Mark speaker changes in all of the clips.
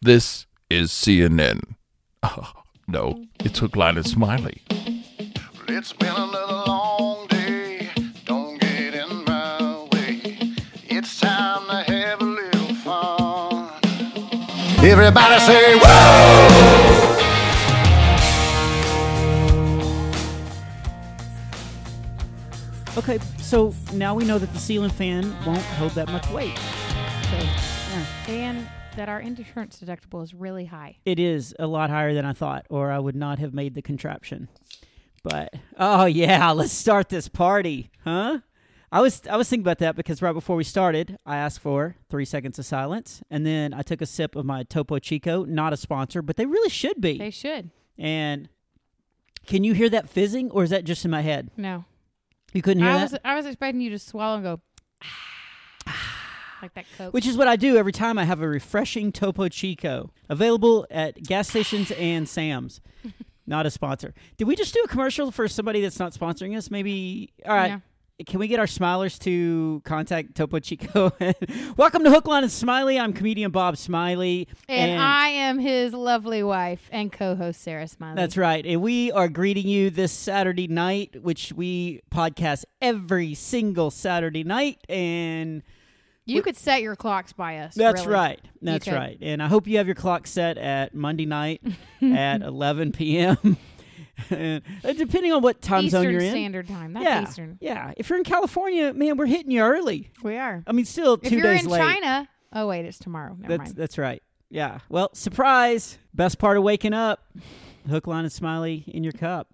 Speaker 1: This is CNN. Oh, no, it's Hook, Line, and Smiley.
Speaker 2: It's been another long day. Don't get in my way. It's time to have a little fun. Everybody say, whoa!
Speaker 3: Okay, so now we know that the ceiling fan won't hold that much weight. So, yeah.
Speaker 4: And that our insurance deductible is really high.
Speaker 3: It is a lot higher than I thought, or I would not have made the contraption. But oh yeah, let's start this party, huh? I was I was thinking about that because right before we started, I asked for three seconds of silence, and then I took a sip of my Topo Chico, not a sponsor, but they really should be.
Speaker 4: They should.
Speaker 3: and can you hear that fizzing, or is that just in my head?
Speaker 4: No.
Speaker 3: You couldn't hear
Speaker 4: I
Speaker 3: that,
Speaker 4: was I was expecting you to swallow and go like that coke.
Speaker 3: which is what I do every time I have a refreshing Topo Chico available at gas stations and Sam's. Not a sponsor. Did we just do a commercial for somebody that's not sponsoring us? Maybe. All right.
Speaker 4: No.
Speaker 3: Can we get our smilers to contact Topo Chico? Welcome to Hook, Line, and Smiley. I'm comedian Bob Smiley.
Speaker 4: and, I am his lovely wife and co-host Sarah Smiley.
Speaker 3: That's right. And we are greeting you this Saturday night, which we podcast every single Saturday night. And
Speaker 4: You could set your clocks by us.
Speaker 3: that's
Speaker 4: really.
Speaker 3: right. That's
Speaker 4: could.
Speaker 3: right. And I hope you have your clock set at Monday night at 11 p.m. And depending on what time
Speaker 4: Eastern
Speaker 3: zone you're in.
Speaker 4: Standard Time. That's
Speaker 3: yeah.
Speaker 4: Eastern.
Speaker 3: Yeah. If you're in California, man, we're hitting you early.
Speaker 4: We are.
Speaker 3: I mean, still
Speaker 4: If
Speaker 3: Oh, two
Speaker 4: you're
Speaker 3: days
Speaker 4: in
Speaker 3: late.
Speaker 4: China, oh wait, it's tomorrow. Never
Speaker 3: That's
Speaker 4: mind.
Speaker 3: that's right. Yeah. Well, surprise. Best part of waking up. Hook, line, and smiley in your cup.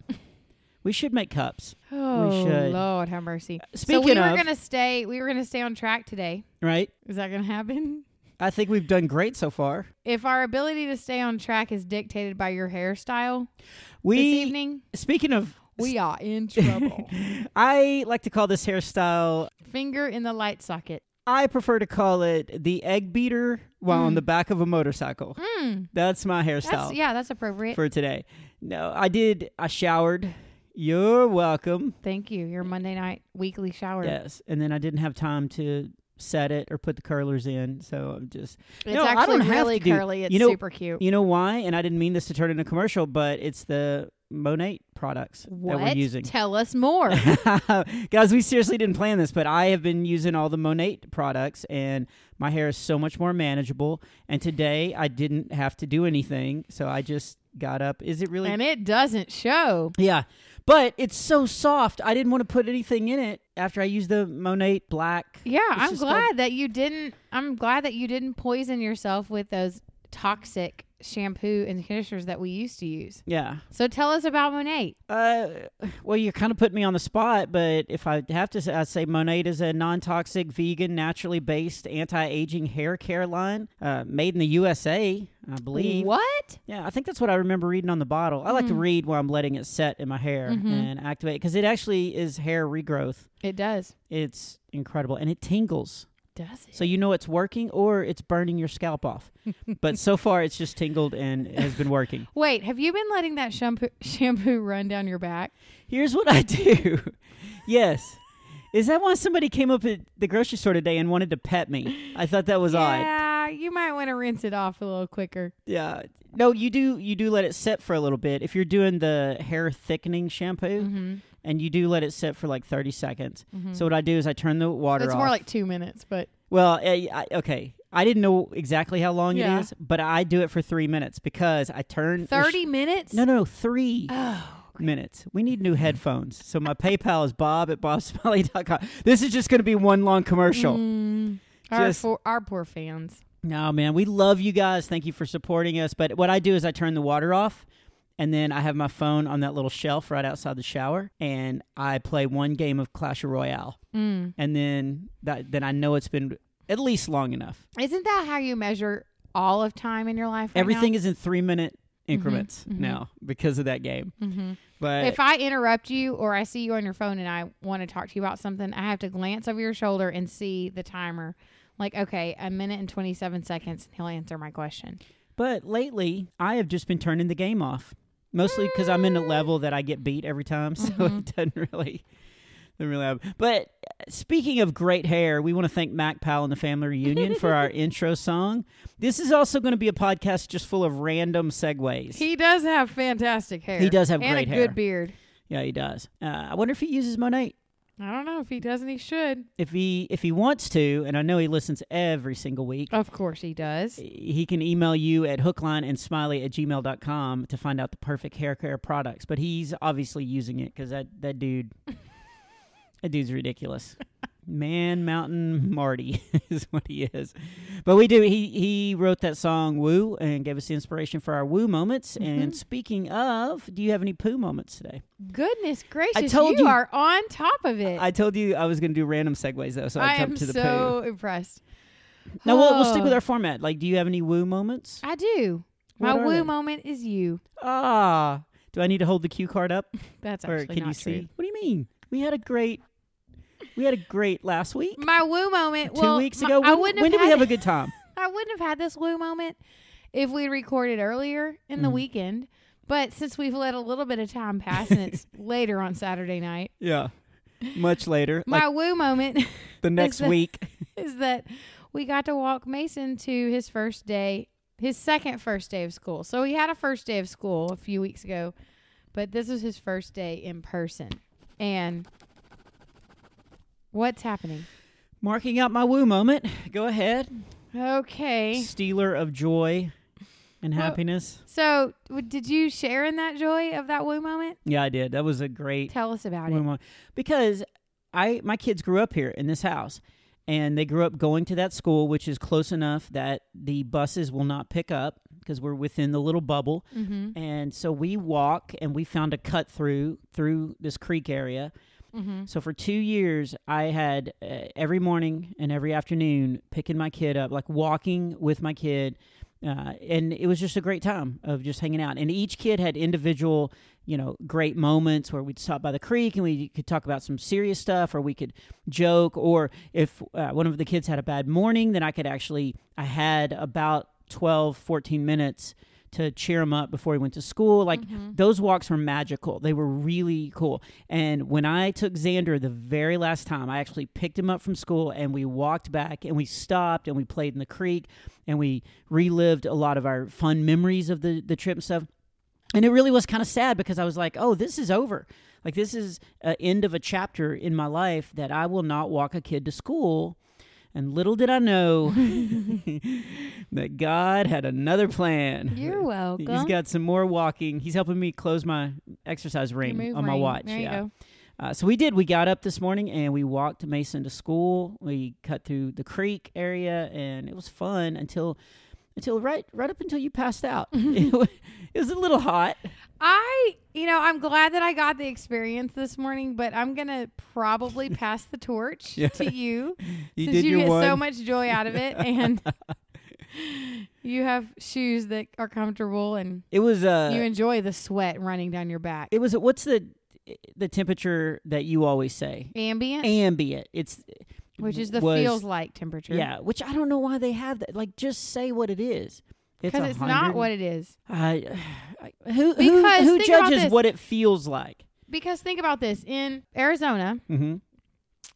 Speaker 3: We should make cups,
Speaker 4: oh
Speaker 3: should.
Speaker 4: Lord, have mercy. so we
Speaker 3: Speaking
Speaker 4: were
Speaker 3: of-
Speaker 4: gonna stay. We were gonna stay on track today.
Speaker 3: right?
Speaker 4: Is that gonna happen?
Speaker 3: I think we've done great so far.
Speaker 4: If our ability to stay on track is dictated by your hairstyle
Speaker 3: We
Speaker 4: this evening,
Speaker 3: speaking of,
Speaker 4: we are in trouble.
Speaker 3: I like to call this hairstyle.
Speaker 4: Finger in the light socket.
Speaker 3: I prefer to call it the egg beater while on the back of a motorcycle. That's my hairstyle
Speaker 4: Hmm. That's yeah, that's appropriate.
Speaker 3: for today. No, I did. I showered. You're welcome.
Speaker 4: Thank you. Your Monday night weekly shower.
Speaker 3: Yes, and then I didn't have time to set it or put the curlers in, so I'm just.
Speaker 4: It's
Speaker 3: no, I
Speaker 4: actually
Speaker 3: don't have
Speaker 4: really
Speaker 3: to do-
Speaker 4: curly. It's
Speaker 3: you know,
Speaker 4: super cute.
Speaker 3: You know why? And I didn't mean this to turn into commercial, but it's the Monate products that we're
Speaker 4: what?
Speaker 3: using.
Speaker 4: Tell us more.
Speaker 3: Guys, we seriously didn't plan this, but I have been using all the Monate products and my hair is so much more manageable. And today I didn't have to do anything. So I just got up. Is it really?
Speaker 4: and it doesn't show.
Speaker 3: yeah. But it's so soft. I didn't want to put anything in it after I used the Monate black.
Speaker 4: Yeah,
Speaker 3: It's
Speaker 4: I'm
Speaker 3: just
Speaker 4: glad
Speaker 3: called-
Speaker 4: that you didn't. I'm glad that you didn't poison yourself with those toxic shampoo and conditioners that we used to use.
Speaker 3: yeah.
Speaker 4: So tell us about Monate.
Speaker 3: Uh, well, you kind of put me on the spot, but if I have to say, I'd say Monate is a non toxic, vegan, naturally based, anti aging hair care line uh, made in the USA, I believe.
Speaker 4: What?
Speaker 3: Yeah, I think that's what I remember reading on the bottle. I like to read while I'm letting it set in my hair and activate because it actually is hair regrowth.
Speaker 4: It does.
Speaker 3: It's incredible and it tingles.
Speaker 4: Does it?
Speaker 3: So you know it's working or it's burning your scalp off. but so far it's just tingled and has been working.
Speaker 4: Wait, have you been letting that shampoo shampoo run down your back?
Speaker 3: Here's what I do. yes. Is that why somebody came up at the grocery store today and wanted to pet me? I thought that was odd.
Speaker 4: yeah, you might want to rinse it off a little quicker.
Speaker 3: Yeah. No, you do you do let it sit for a little bit. If you're doing the hair thickening shampoo
Speaker 4: Mm-hmm.
Speaker 3: and you do let it sit for like 30 seconds. So what I do is I turn the water
Speaker 4: It's
Speaker 3: off.
Speaker 4: more like two minutes, but
Speaker 3: Well, I, I, okay. I didn't know exactly how long
Speaker 4: Yeah.
Speaker 3: it is, but I do it for 3 minutes because I turn the sh-
Speaker 4: 30 minutes? Oh,
Speaker 3: No, no, no, 3 minutes. We need new headphones. So my PayPal is bob at bobsmiley.com. This is just going to be one long commercial.
Speaker 4: Mm. Our,
Speaker 3: Just-
Speaker 4: for, our poor fans.
Speaker 3: No, man, we love you guys. Thank you for supporting us. But what I do is I turn the water off, and then I have my phone on that little shelf right outside the shower, and I play one game of Clash Royale, mm. and then that then I know it's been at least long enough.
Speaker 4: Isn't that how you measure all of time in your life? right
Speaker 3: Everything
Speaker 4: now?
Speaker 3: is in three minute increments now because of that game. Mm-hmm. But
Speaker 4: If I interrupt you or I see you on your phone and I want to talk to you about something, I have to glance over your shoulder and see the timer. Like, okay, a minute and 27 seconds, and he'll answer my question.
Speaker 3: But lately, I have just been turning the game off, mostly because I'm in a level that I get beat every time, so it doesn't really Didn't really have- But uh, speaking of great hair, we want to thank Mac Powell and the Family Reunion for our intro song. This is also going to be a podcast just full of random segues.
Speaker 4: He does have fantastic hair.
Speaker 3: He does have
Speaker 4: and
Speaker 3: great
Speaker 4: a
Speaker 3: hair.
Speaker 4: good beard.
Speaker 3: yeah, he does. Uh, I wonder if he uses Monet.
Speaker 4: I don't know if he doesn't. He should.
Speaker 3: If he if he wants to, and I know he listens every single week.
Speaker 4: Of course he does.
Speaker 3: he can email you at hookline and smiley at gmail.com to find out the perfect hair care products but he's obviously using it because that, that dude that dude's ridiculous man mountain marty is what he is but we do he he wrote that song woo and gave us the inspiration for our woo moments
Speaker 4: Mm-hmm.
Speaker 3: and speaking of do you have any poo moments today
Speaker 4: Goodness gracious!
Speaker 3: told you-
Speaker 4: are on top of it.
Speaker 3: i told you i was going to do random segues though so i,
Speaker 4: am
Speaker 3: jumped to the
Speaker 4: so impressed.
Speaker 3: poo now we'll, we'll stick
Speaker 4: Oh.
Speaker 3: with our format like do you have any woo moments
Speaker 4: I do.
Speaker 3: What
Speaker 4: My
Speaker 3: are
Speaker 4: woo
Speaker 3: they?
Speaker 4: moment is you.
Speaker 3: ah do i need to hold the cue card up
Speaker 4: That's
Speaker 3: or
Speaker 4: actually
Speaker 3: can
Speaker 4: not
Speaker 3: you
Speaker 4: true.
Speaker 3: see? What do you mean? We had a great, we had a great last week.
Speaker 4: My woo moment.
Speaker 3: Two
Speaker 4: well,
Speaker 3: weeks
Speaker 4: my-
Speaker 3: ago,
Speaker 4: I
Speaker 3: when,
Speaker 4: wouldn't
Speaker 3: when
Speaker 4: have
Speaker 3: did we
Speaker 4: had
Speaker 3: have a good time?
Speaker 4: I wouldn't have had this woo moment if we recorded earlier in
Speaker 3: Mm.
Speaker 4: the weekend. But since we've let a little bit of time pass and it's later on Saturday night,
Speaker 3: yeah, much later,
Speaker 4: my
Speaker 3: like
Speaker 4: woo moment
Speaker 3: the next
Speaker 4: the-
Speaker 3: week.
Speaker 4: is that we got to walk Mason to his first day, his second first day of school. So he had a first day of school a few weeks ago, but this is his first day in person. And what's happening?
Speaker 3: Marking out my woo moment. Go ahead,
Speaker 4: Okay.
Speaker 3: stealer of joy and
Speaker 4: Well-
Speaker 3: happiness.
Speaker 4: So, w- did you share in that joy of that woo moment?
Speaker 3: Yeah, I did. That was a great
Speaker 4: Tell us about
Speaker 3: woo
Speaker 4: it.
Speaker 3: moment because I my kids grew up here in this house. And they grew up going to that school, which is close enough that the buses will not pick up because we're within the little bubble.
Speaker 4: Mm-hmm.
Speaker 3: And so we walk and we found a cut through through this creek area.
Speaker 4: Mm-hmm.
Speaker 3: So for 2 years I had uh, every morning and every afternoon picking my kid up like walking with my kid uh, and it was just a great time of just hanging out. And each kid had individual, you know, great moments where we'd stop by the creek and we could talk about some serious stuff, or we could joke. Or if uh, one of the kids had a bad morning, then I could actually, I had about 12, 14 minutes to cheer him up before he went to school. Like those walks were magical. They were really cool. And when I took Xander the very last time, I actually picked him up from school and we walked back and we stopped and we played in the creek and we relived a lot of our fun memories of the, the trip and stuff. And it really was kind of sad because I was like, oh, this is over. Like, this is an end of a chapter in my life that I will not walk a kid to school. And little did I know that God had another plan.
Speaker 4: You're welcome.
Speaker 3: He's got some more walking. He's helping me close my exercise
Speaker 4: Your
Speaker 3: ring
Speaker 4: move
Speaker 3: on my
Speaker 4: ring.
Speaker 3: watch.
Speaker 4: There you
Speaker 3: yeah.
Speaker 4: go.
Speaker 3: Uh, so we did. We got up this morning and we walked Mason to school. We cut through the creek area, and it was fun until until right right up until you passed out. it, was, it was a little hot.
Speaker 4: I, you know, I'm glad that I got the experience this morning, but I'm gonna probably pass the torch
Speaker 3: Yeah.
Speaker 4: to you
Speaker 3: You
Speaker 4: since you get so much joy out of it, and you have shoes that are comfortable and
Speaker 3: It was uh,
Speaker 4: you enjoy the sweat running down your back.
Speaker 3: it was what's the the temperature that you always say
Speaker 4: Ambient,
Speaker 3: ambient. It's
Speaker 4: which is the
Speaker 3: was-
Speaker 4: feels like temperature.
Speaker 3: yeah, which I don't know why they have that. Like, just say what it is.
Speaker 4: because it's, not what it is.
Speaker 3: I, I- who who,
Speaker 4: Because
Speaker 3: who
Speaker 4: think about
Speaker 3: judges
Speaker 4: this.
Speaker 3: what it feels like?
Speaker 4: Because think about this: in Arizona,
Speaker 3: Mm-hmm.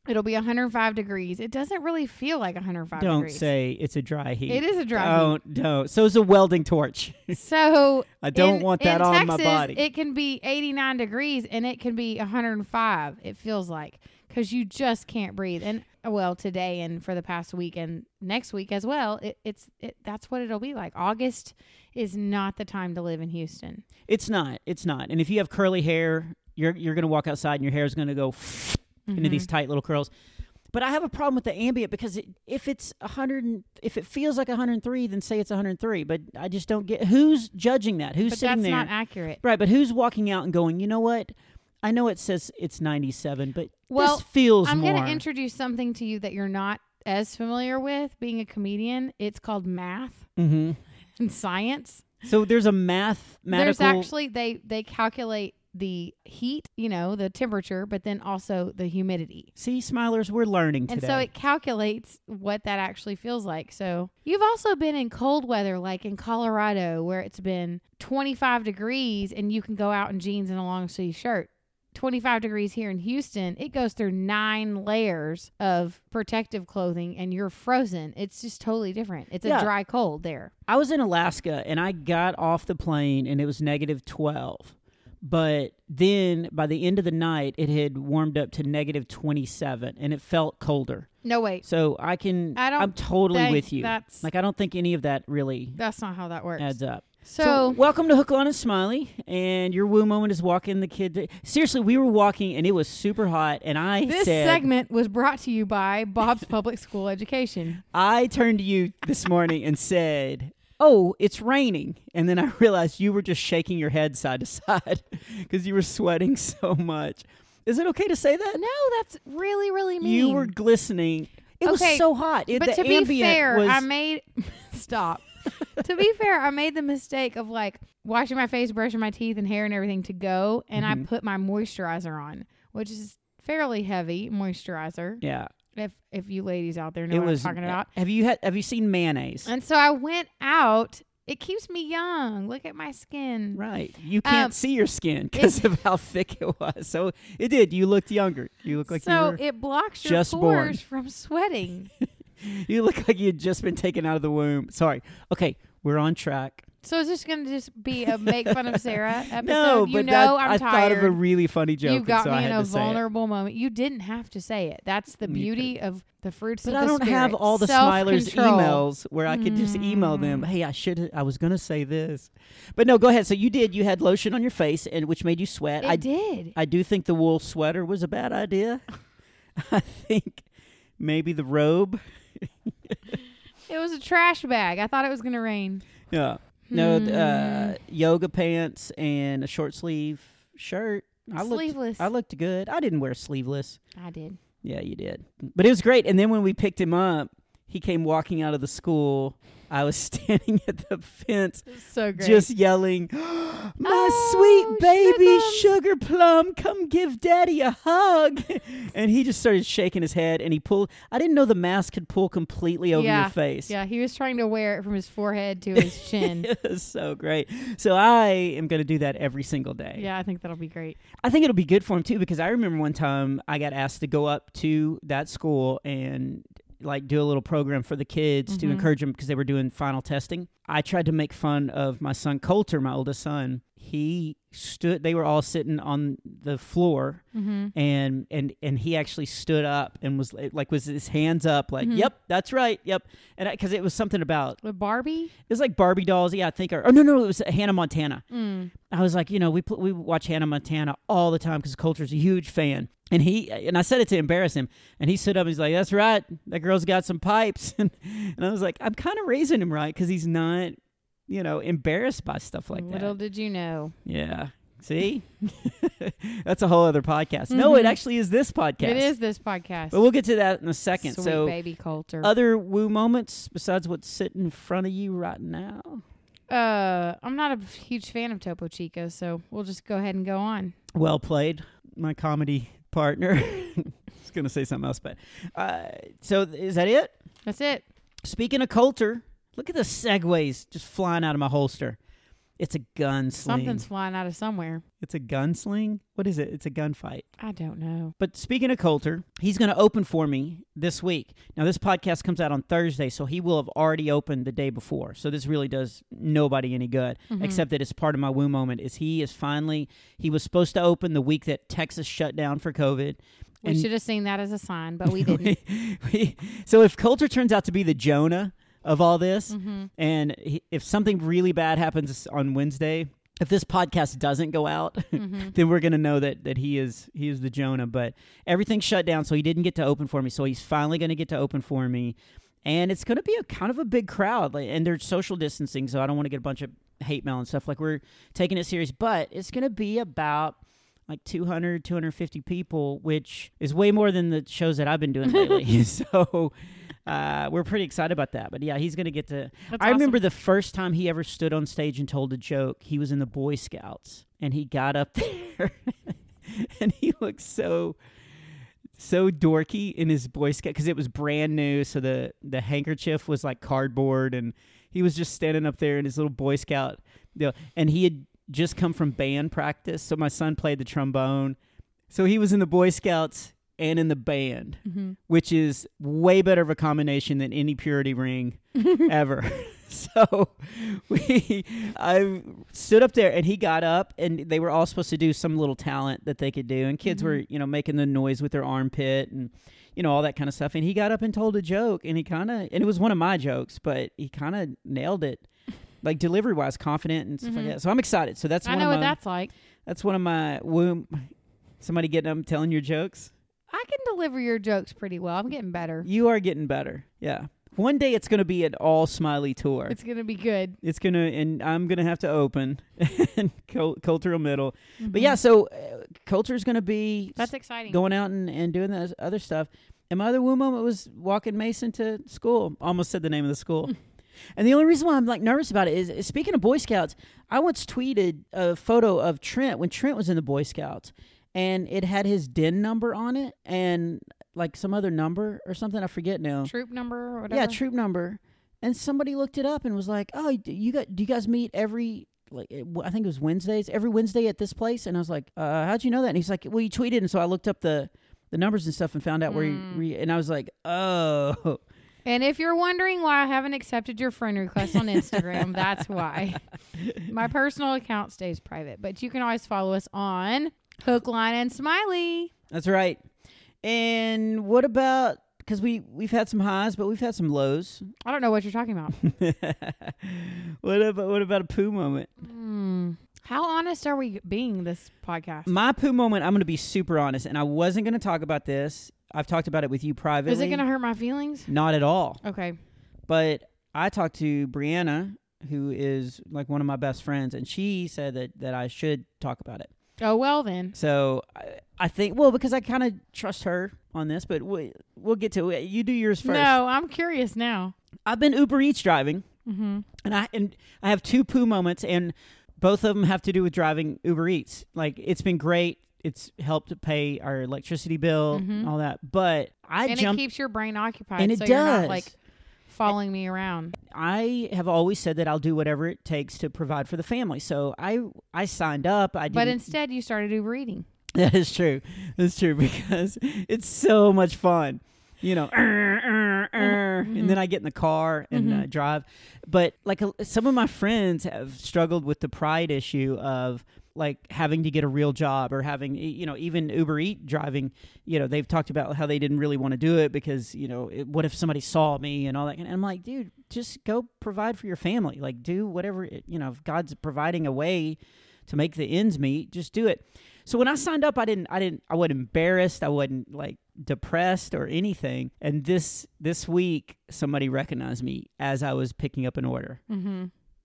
Speaker 4: it'll be 105 degrees. It doesn't really feel like 105
Speaker 3: Don't
Speaker 4: degrees.
Speaker 3: say it's a dry heat.
Speaker 4: It is a dry heat.
Speaker 3: Don't don't. So it's a welding torch.
Speaker 4: So
Speaker 3: I don't
Speaker 4: in-
Speaker 3: want that
Speaker 4: in
Speaker 3: on my
Speaker 4: Texas,
Speaker 3: body.
Speaker 4: It can be 89 degrees and it can be 105. It feels like because you just can't breathe. And well, today and for the past week and next week as well, it, it's it, that's what it'll be like. August is not the time to live in Houston.
Speaker 3: it's not. It's not. And if you have curly hair, you're you're gonna walk outside and your hair is gonna go into
Speaker 4: Mm-hmm.
Speaker 3: these tight little curls. But I have a problem with the ambient because it, if it's 100, and- if it feels like 103, then say it's 103. But I just don't get who's judging that. Who's
Speaker 4: But that's
Speaker 3: sitting there?
Speaker 4: not accurate.
Speaker 3: Right, but who's walking out and going, you know what? I know it says it's 97, but
Speaker 4: Well,
Speaker 3: this feels
Speaker 4: I'm
Speaker 3: more.
Speaker 4: going to introduce something to you that you're not as familiar with being a comedian. It's called math
Speaker 3: hmm
Speaker 4: and science.
Speaker 3: So there's a mathematical.
Speaker 4: There's actually they they calculate the heat, you know, the temperature, but then also the humidity.
Speaker 3: see, Smilers, we're learning today.
Speaker 4: And so it calculates what that actually feels like. So you've also been in cold weather, like in Colorado, where it's been 25 degrees and you can go out in jeans and a long sleeve shirt. 25 degrees here in Houston, it goes through nine layers of protective clothing and you're frozen. It's just totally different. It's
Speaker 3: Yeah.
Speaker 4: a dry cold there.
Speaker 3: I was in Alaska and I got off the plane and it was negative 12. But then by the end of the night, it had warmed up to negative 27 and it felt colder.
Speaker 4: No, wait.
Speaker 3: So I can,
Speaker 4: I don't
Speaker 3: I'm totally
Speaker 4: think
Speaker 3: with you.
Speaker 4: that's-
Speaker 3: like, I don't think any of that really
Speaker 4: That's not how that works.
Speaker 3: adds up.
Speaker 4: so,
Speaker 3: welcome to Hook Line, and Smiley, and your woo moment is walking the kid. to- Seriously, we were walking and it was super hot, and I
Speaker 4: this
Speaker 3: said,
Speaker 4: segment was brought to you by Bob's Public School Education.
Speaker 3: I turned to you this morning and said, "Oh, it's raining," and then I realized you were just shaking your head side to side because you were sweating so much. Is it okay to say that?
Speaker 4: No, that's really, really mean.
Speaker 3: you were glistening. It
Speaker 4: Okay,
Speaker 3: was so hot. It,
Speaker 4: but
Speaker 3: the
Speaker 4: to be
Speaker 3: ambient
Speaker 4: fair,
Speaker 3: was,
Speaker 4: I made stop. to be fair, I made the mistake of like washing my face, brushing my teeth and hair and everything to go, and
Speaker 3: Mm-hmm.
Speaker 4: I put my moisturizer on, which is fairly heavy moisturizer.
Speaker 3: yeah,
Speaker 4: If if you ladies out there know
Speaker 3: it
Speaker 4: what
Speaker 3: was.
Speaker 4: I'm talking about.
Speaker 3: Have you had? Have you seen mayonnaise?
Speaker 4: And so I went out. It keeps me young. Look at my skin.
Speaker 3: Right. You can't
Speaker 4: Um,
Speaker 3: see your skin because of how thick it was. So it did. You looked younger. You look like you,
Speaker 4: so
Speaker 3: were,
Speaker 4: it blocks your
Speaker 3: just born.
Speaker 4: pores from sweating.
Speaker 3: you look like you had just been taken out of the womb. Sorry. Okay, we're on track.
Speaker 4: So it's just gonna just be a make fun of Sarah episode.
Speaker 3: no,
Speaker 4: you
Speaker 3: but
Speaker 4: know
Speaker 3: that,
Speaker 4: I'm
Speaker 3: I
Speaker 4: tired.
Speaker 3: thought of a really funny joke.
Speaker 4: you
Speaker 3: and
Speaker 4: got
Speaker 3: so
Speaker 4: me
Speaker 3: I
Speaker 4: in
Speaker 3: had
Speaker 4: a
Speaker 3: to say it.
Speaker 4: vulnerable moment. You didn't have to say it. That's the
Speaker 3: You
Speaker 4: beauty of the fruits
Speaker 3: But
Speaker 4: of
Speaker 3: I
Speaker 4: the
Speaker 3: don't have
Speaker 4: spirit.
Speaker 3: all the Smilers
Speaker 4: Self-control. Mm.
Speaker 3: emails where I could just email them. Hey, I should. I was gonna say this, but no. Go ahead. So you did. You had lotion on your face, and which made you sweat.
Speaker 4: It
Speaker 3: I
Speaker 4: did.
Speaker 3: I do think the wool sweater was a bad idea. I think maybe the robe.
Speaker 4: It was a trash bag. I thought it was going to rain.
Speaker 3: Yeah. No, th-
Speaker 4: Hmm.
Speaker 3: uh, yoga pants and a short sleeve shirt. I looked,
Speaker 4: Sleeveless.
Speaker 3: I looked good. I didn't wear sleeveless.
Speaker 4: I did.
Speaker 3: Yeah, you did. But it was great. And then when we picked him up, he came walking out of the school. I was standing at the fence
Speaker 4: So great.
Speaker 3: just yelling, My
Speaker 4: Oh,
Speaker 3: sweet baby
Speaker 4: sugar
Speaker 3: sugar plum, come give daddy a hug. and he just started shaking his head and he pulled. I didn't know the mask could pull completely over
Speaker 4: yeah.
Speaker 3: your face.
Speaker 4: Yeah, he was trying to wear it from his forehead to his chin.
Speaker 3: It was so great. So I am going to do that every single day.
Speaker 4: yeah, I think that'll be great.
Speaker 3: I think it'll be good for him too because I remember one time I got asked to go up to that school and like do a little program for the kids to encourage them because they were doing final testing. I tried to make fun of my son Coulter, my oldest son. He stood they were all sitting on the floor and and and he actually stood up and was like was his hands up like, "Yep, that's right. Yep." And I cuz it was something about
Speaker 4: With Barbie?
Speaker 3: it was like Barbie dolls, yeah, I think. Or, oh no, no, it was Hannah Montana.
Speaker 4: Mm.
Speaker 3: I was like, you know, we pl- we watch Hannah Montana all the time because Coulter's a huge fan, and he and I said it to embarrass him, and he stood up and he's like, "That's right, that girl's got some pipes," and and I was like, I'm kind of raising him right because he's not, you know, embarrassed by stuff like that.
Speaker 4: Little did you know.
Speaker 3: yeah, see, that's a whole other podcast. No, it actually is this podcast.
Speaker 4: Mm-hmm. It is this podcast.
Speaker 3: but we'll get to that in a second.
Speaker 4: Sweet
Speaker 3: so,
Speaker 4: baby Coulter.
Speaker 3: other woo moments besides what's sitting in front of you right now.
Speaker 4: uh, I'm not a huge fan of Topo Chico, so we'll just go ahead and go on.
Speaker 3: well played, my comedy partner. I was going to say something else, but uh, so th- is that it?
Speaker 4: That's it.
Speaker 3: Speaking of Coulter, look at the segues just flying out of my holster. It's a
Speaker 4: Something's
Speaker 3: gunsling.
Speaker 4: flying out of somewhere.
Speaker 3: It's a gunsling. What is it? It's a gunfight.
Speaker 4: I don't know.
Speaker 3: But speaking of Coulter, he's going to open for me this week. Now, this podcast comes out on Thursday, so he will have already opened the day before. So this really does nobody any good,
Speaker 4: Mm-hmm.
Speaker 3: except that it's part of my woo moment. Is he is finally he was supposed to open the week that Texas shut down for COVID.
Speaker 4: We should have seen that as a sign, but we didn't.
Speaker 3: We- we- so if Coulter turns out to be the Jonah of all this, and he, if something really bad happens on Wednesday, if this podcast doesn't go out, then we're gonna know that that he is he is the Jonah. But everything's shut down, so he didn't get to open for me. So he's finally gonna get to open for me, and it's gonna be a kind of a big crowd, like, and they're social distancing, so I don't want to get a bunch of hate mail and stuff. Like we're taking it serious, but it's gonna be about like 200 250 people which is way more than the shows that i've been doing lately so uh, we're pretty excited about that but yeah he's gonna get to i remember the first time he ever stood on stage and told a joke he was in the boy scouts and he got up there and he looked so so dorky in his boy scout because it was brand new so the the handkerchief was like cardboard and he was just standing up there in his little boy scout you know, and he had just come from band practice so my son played the trombone So he was in the Boy Scouts and in the band,
Speaker 4: Mhm.
Speaker 3: which is way better of a combination than any purity ring ever. So we, I stood up there and he got up and they were all supposed to do some little talent that they could do. And kids were,
Speaker 4: Mm-hmm.
Speaker 3: you know, making the noise with their armpit and, you know, all that kind of stuff. And he got up and told a joke and he kind of, and it was one of my jokes, but he kind of nailed it. Like delivery wise, confident and stuff like that. So I'm excited. So that's
Speaker 4: Mm-hmm. I
Speaker 3: one of
Speaker 4: know what
Speaker 3: my,
Speaker 4: that's like.
Speaker 3: that's one of my womb. Somebody getting up and telling your jokes.
Speaker 4: I can deliver your jokes pretty well. I'm getting better.
Speaker 3: You are getting better. Yeah. One day it's going to be an all smiley tour. It's,
Speaker 4: It's gonna be good.
Speaker 3: going to, and I'm going to have to open and cul- cultural middle. But yeah, so uh, culture is going to be
Speaker 4: That's exciting.
Speaker 3: going out and, and doing that other stuff. And my other woo moment was walking Mason to school. Almost said the name of the school. and the only reason why I'm like nervous about it is, is speaking of Boy Scouts, I once tweeted a photo of Trent when Trent was in the Boy Scouts and it had his den number on it and like some other number or something. I forget now.
Speaker 4: Troop number or whatever.
Speaker 3: Yeah, troop number. And somebody looked it up and was like, "Oh, d- you got? Do you guys meet every like? it- I think it was Wednesdays. Every Wednesday at this place." And I was like, uh, "How'd you know that?" And he's like, "Well, you tweeted." And so I looked up the the numbers and stuff and found out where. You,
Speaker 4: Hmm.
Speaker 3: where you- and I was like, "Oh,
Speaker 4: And if you're wondering why I haven't accepted your friend request on Instagram, that's why. My personal account stays private, but you can always follow us on Hook, Line, and Smiley.
Speaker 3: that's right." And what about? Because we we've had some highs, but we've had some lows.
Speaker 4: I don't know what you're talking about.
Speaker 3: what about what about a poo moment?
Speaker 4: Hmm. How honest are we being this podcast?
Speaker 3: My poo moment. I'm going to be super honest, and I wasn't going to talk about this. I've talked about it with you privately.
Speaker 4: Is it going to hurt my feelings?
Speaker 3: Not at all.
Speaker 4: Okay.
Speaker 3: But I talked to Brianna, who is like one of my best friends, and she said that that I should talk about it.
Speaker 4: Oh, well then.
Speaker 3: So I, I think well because I kind of trust her on this, but we, we'll get to it. You do yours first.
Speaker 4: No, I'm curious now. Mm-hmm.
Speaker 3: I've been Uber Eats driving, and I and I have two poo moments, and both of them have to do with driving Uber Eats. Like it's been great. It's helped pay our electricity bill, all that. But I
Speaker 4: Mm-hmm. and
Speaker 3: jumped.
Speaker 4: it keeps your brain occupied.
Speaker 3: And it
Speaker 4: so You're
Speaker 3: does.
Speaker 4: not, like following me around.
Speaker 3: I have always said that I'll do whatever it takes to provide for the family. So I I signed up. I did
Speaker 4: But instead, you started Uber eating.
Speaker 3: that is true. That's true because it's so much fun. You know, and then I get in the car and uh, drive. But like a, some of my friends have struggled with the pride issue of like having to get a real job or having e, you know even Uber Eat driving. You know, they've talked about how they didn't really want to do it because you know it, what if somebody saw me and all that. And I'm like, dude, just go provide for your family. Like do whatever it- you know. If God's providing a way to make the ends meet, just do it. So when I signed up, I didn't, I didn't, I wasn't embarrassed. I wasn't like depressed or anything. And this this week, somebody recognized me as I was picking up an order,
Speaker 4: Mm-hmm.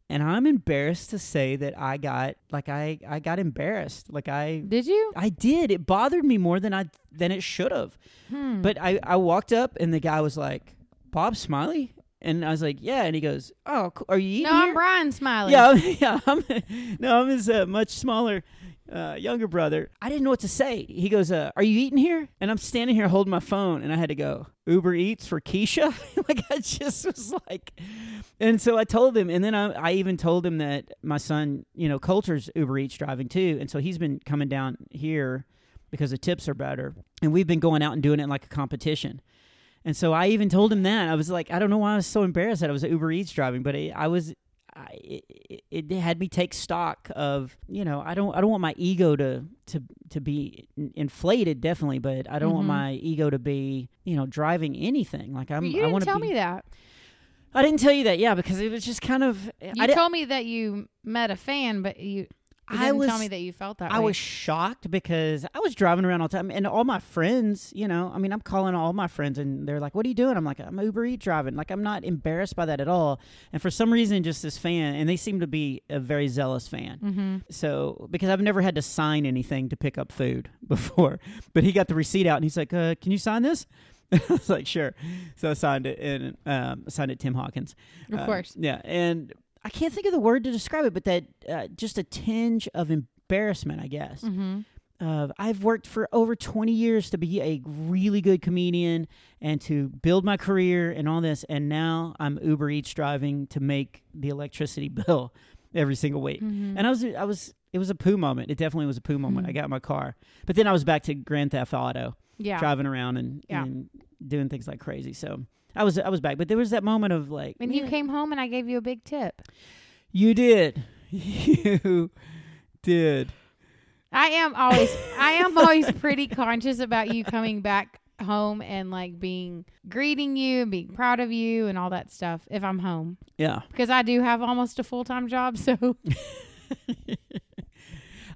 Speaker 3: and I'm embarrassed to say that I got like I I got embarrassed. Like I
Speaker 4: Did you?
Speaker 3: I did. It bothered me more than I than it should have.
Speaker 4: Hmm.
Speaker 3: But I I walked up and the guy was like, Bob Smiley. And I was like, yeah. And he goes, oh, cool. are you eating
Speaker 4: No, I'm
Speaker 3: here?"
Speaker 4: Brian Smiley.
Speaker 3: Yeah, I'm, yeah. I'm, no, I'm his uh, much smaller, uh, younger brother. I didn't know what to say. He goes, uh, "Are you eating here?" And I'm standing here holding my phone, and I had to go Uber Eats for Keisha. like I just was like, and so I told him, and then I, I even told him that my son, you know, Coulter's Uber Eats driving too, and so he's been coming down here because the tips are better, and we've been going out and doing it like a competition. And so I even told him that I was like, I don't know why I was so embarrassed that I was Uber Eats driving, but it, I was, I, it, it had me take stock of, you know, I don't, I don't want my ego to to to be in- inflated, definitely, but I don't want
Speaker 4: Mm-hmm.
Speaker 3: my ego to be, you know, driving anything. Like I'm,
Speaker 4: you
Speaker 3: I
Speaker 4: didn't
Speaker 3: want to
Speaker 4: tell
Speaker 3: be,
Speaker 4: me that.
Speaker 3: I didn't tell you that, yeah, because it was just kind of,
Speaker 4: You
Speaker 3: I, di-
Speaker 4: told me that you met a fan, but you, you
Speaker 3: I
Speaker 4: didn't
Speaker 3: was-
Speaker 4: tell me that you felt that
Speaker 3: I
Speaker 4: way.
Speaker 3: was shocked because I was driving around all the time, and all my friends, you know, I mean, I'm calling all my friends, and they're like, "What are you doing?" I'm like, "I'm Uber Eat driving." Like, I'm not embarrassed by that at all. And for some reason, just this fan, and they seem to be a very zealous fan.
Speaker 4: Mm-hmm.
Speaker 3: So, because I've never had to sign anything to pick up food before, but he got the receipt out, and he's like, uh, "Can you sign this?" I was like, "Sure." So I signed it, and um, I signed it Tim Hawkins.
Speaker 4: Of
Speaker 3: Um,
Speaker 4: course.
Speaker 3: yeah, and I can't think of the word to describe it, but that uh, just a tinge of embarrassment, I guess.
Speaker 4: Mm. Mm-hmm.
Speaker 3: Of I've worked for over twenty years to be a really good comedian and to build my career and all this, and now I'm
Speaker 4: Mm-hmm.
Speaker 3: Uber Eats driving to make the electricity bill every single week. And I was, I was, it It was a poo moment. It definitely was a poo
Speaker 4: Mm-hmm.
Speaker 3: moment. I got in my car, but then I was back to Grand Theft Auto,
Speaker 4: Yeah.
Speaker 3: driving around and,
Speaker 4: Yeah.
Speaker 3: and doing things like crazy. So I was I was back, but there was that moment of like
Speaker 4: And you came home and I gave you a big tip.
Speaker 3: you did, you did.
Speaker 4: I am always I am always pretty conscious about you coming back home and like being greeting you and being proud of you and all that stuff if I'm home
Speaker 3: Yeah.
Speaker 4: because I do have almost a full-time job so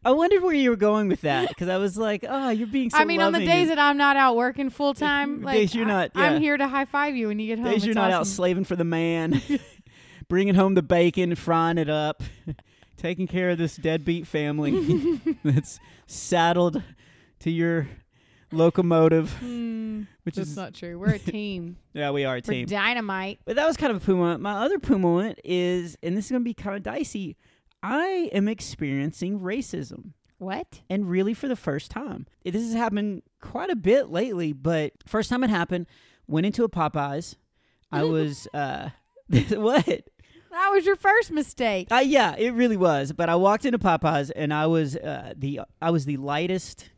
Speaker 3: I wondered where you were going with that because I was like, oh, you're being so
Speaker 4: I mean on the
Speaker 3: loving
Speaker 4: days
Speaker 3: and-
Speaker 4: that I'm not out working full-time like
Speaker 3: Days you're not-
Speaker 4: I,
Speaker 3: yeah.
Speaker 4: am here to high five you when you get home
Speaker 3: days you're
Speaker 4: It's
Speaker 3: not out
Speaker 4: awesome.
Speaker 3: slaving for the man, bringing home the bacon, frying it up, taking care of this deadbeat family that's saddled to your locomotive,
Speaker 4: Mm,
Speaker 3: which
Speaker 4: that's
Speaker 3: is
Speaker 4: not true we're a team
Speaker 3: yeah, we are a team.
Speaker 4: we're dynamite
Speaker 3: But that was kind of a Puma. My other Puma is, and this is going to be kind of dicey. I am experiencing racism.
Speaker 4: what
Speaker 3: and really for the first time. This has happened quite a bit lately, but first time it happened, went into a Popeyes. I was uh what?
Speaker 4: that was your first mistake
Speaker 3: Uh, yeah, it really was. But I walked into Popeyes and I was uh, the I was the lightest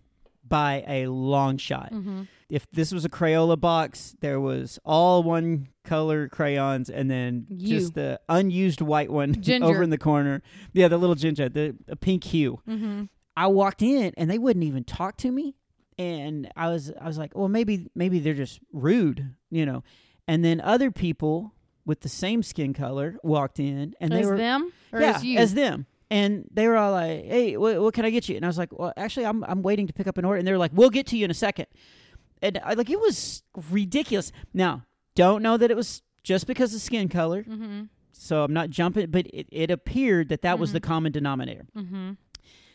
Speaker 3: by a long shot.
Speaker 4: Mm-hmm.
Speaker 3: If this was a Crayola box, there was all one color crayons and then
Speaker 4: You.
Speaker 3: just the unused white one
Speaker 4: Ginger.
Speaker 3: over in the corner. Yeah, the little ginger, the a pink hue.
Speaker 4: Mhm.
Speaker 3: I walked in and they wouldn't even talk to me, and I was I was like, well, maybe maybe they're just rude, you know. And then other people with the same skin color walked in and they
Speaker 4: as
Speaker 3: were
Speaker 4: them or
Speaker 3: yeah,
Speaker 4: as you
Speaker 3: them. And they were all like, "Hey, what, what can I get you?" And I was like, "Well, actually, I'm I'm waiting to pick up an order." And they were like, "We'll get to you in a second. And I, like it was ridiculous. Now, don't know that it was just because of skin color,
Speaker 4: Mhm.
Speaker 3: so I'm not jumping, but it, it appeared that that was
Speaker 4: Mm-hmm.
Speaker 3: the common denominator.
Speaker 4: Mhm.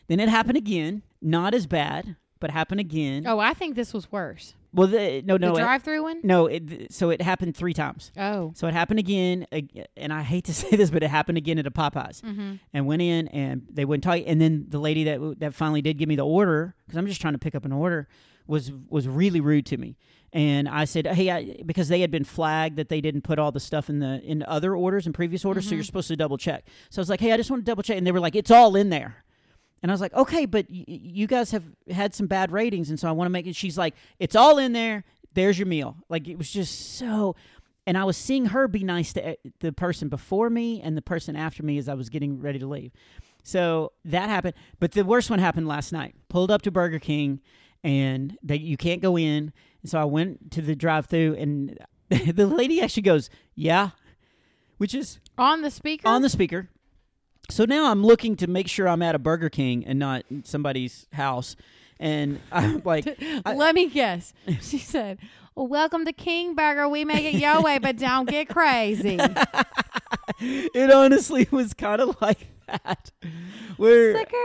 Speaker 3: Then it happened again, not as bad, but happened again.
Speaker 4: oh I think this was worse
Speaker 3: Well, the, no, no,
Speaker 4: the
Speaker 3: it-
Speaker 4: drive-through one
Speaker 3: no. It, so it happened three times.
Speaker 4: oh
Speaker 3: So it happened again, ag- and I hate to say this, but it happened again at a Popeyes. And went in, and they wouldn't talk. And then the lady that w- that finally did give me the order, because I'm just trying to pick up an order, was was really rude to me. And I said, "Hey," I, because they had been flagged that they didn't put all the stuff in the in other orders and previous orders, so you're supposed to double check. So I was like, "Hey, I just want to double check," and they were like, "It's all in there." And I was like, okay, but y- y- you guys have had some bad ratings, and so I want to make it. She's like, it's all in there. There's your meal. Like it was just so. And I was seeing her be nice to eh, the person before me and the person after me as I was getting ready to leave. So that happened. But the worst one happened last night. Pulled up to Burger King, and they, you can't go in. And so I went to the drive-through, and the lady actually goes, "Yeah," which is
Speaker 4: on the speaker
Speaker 3: on the speaker. So now I'm looking to make sure I'm at a Burger King and not somebody's house. And I'm like, I-
Speaker 4: Let me guess. She said, well, "Welcome to King Burger. We make it your way, but don't get crazy."
Speaker 3: it honestly was kind of like that. Where
Speaker 4: Security.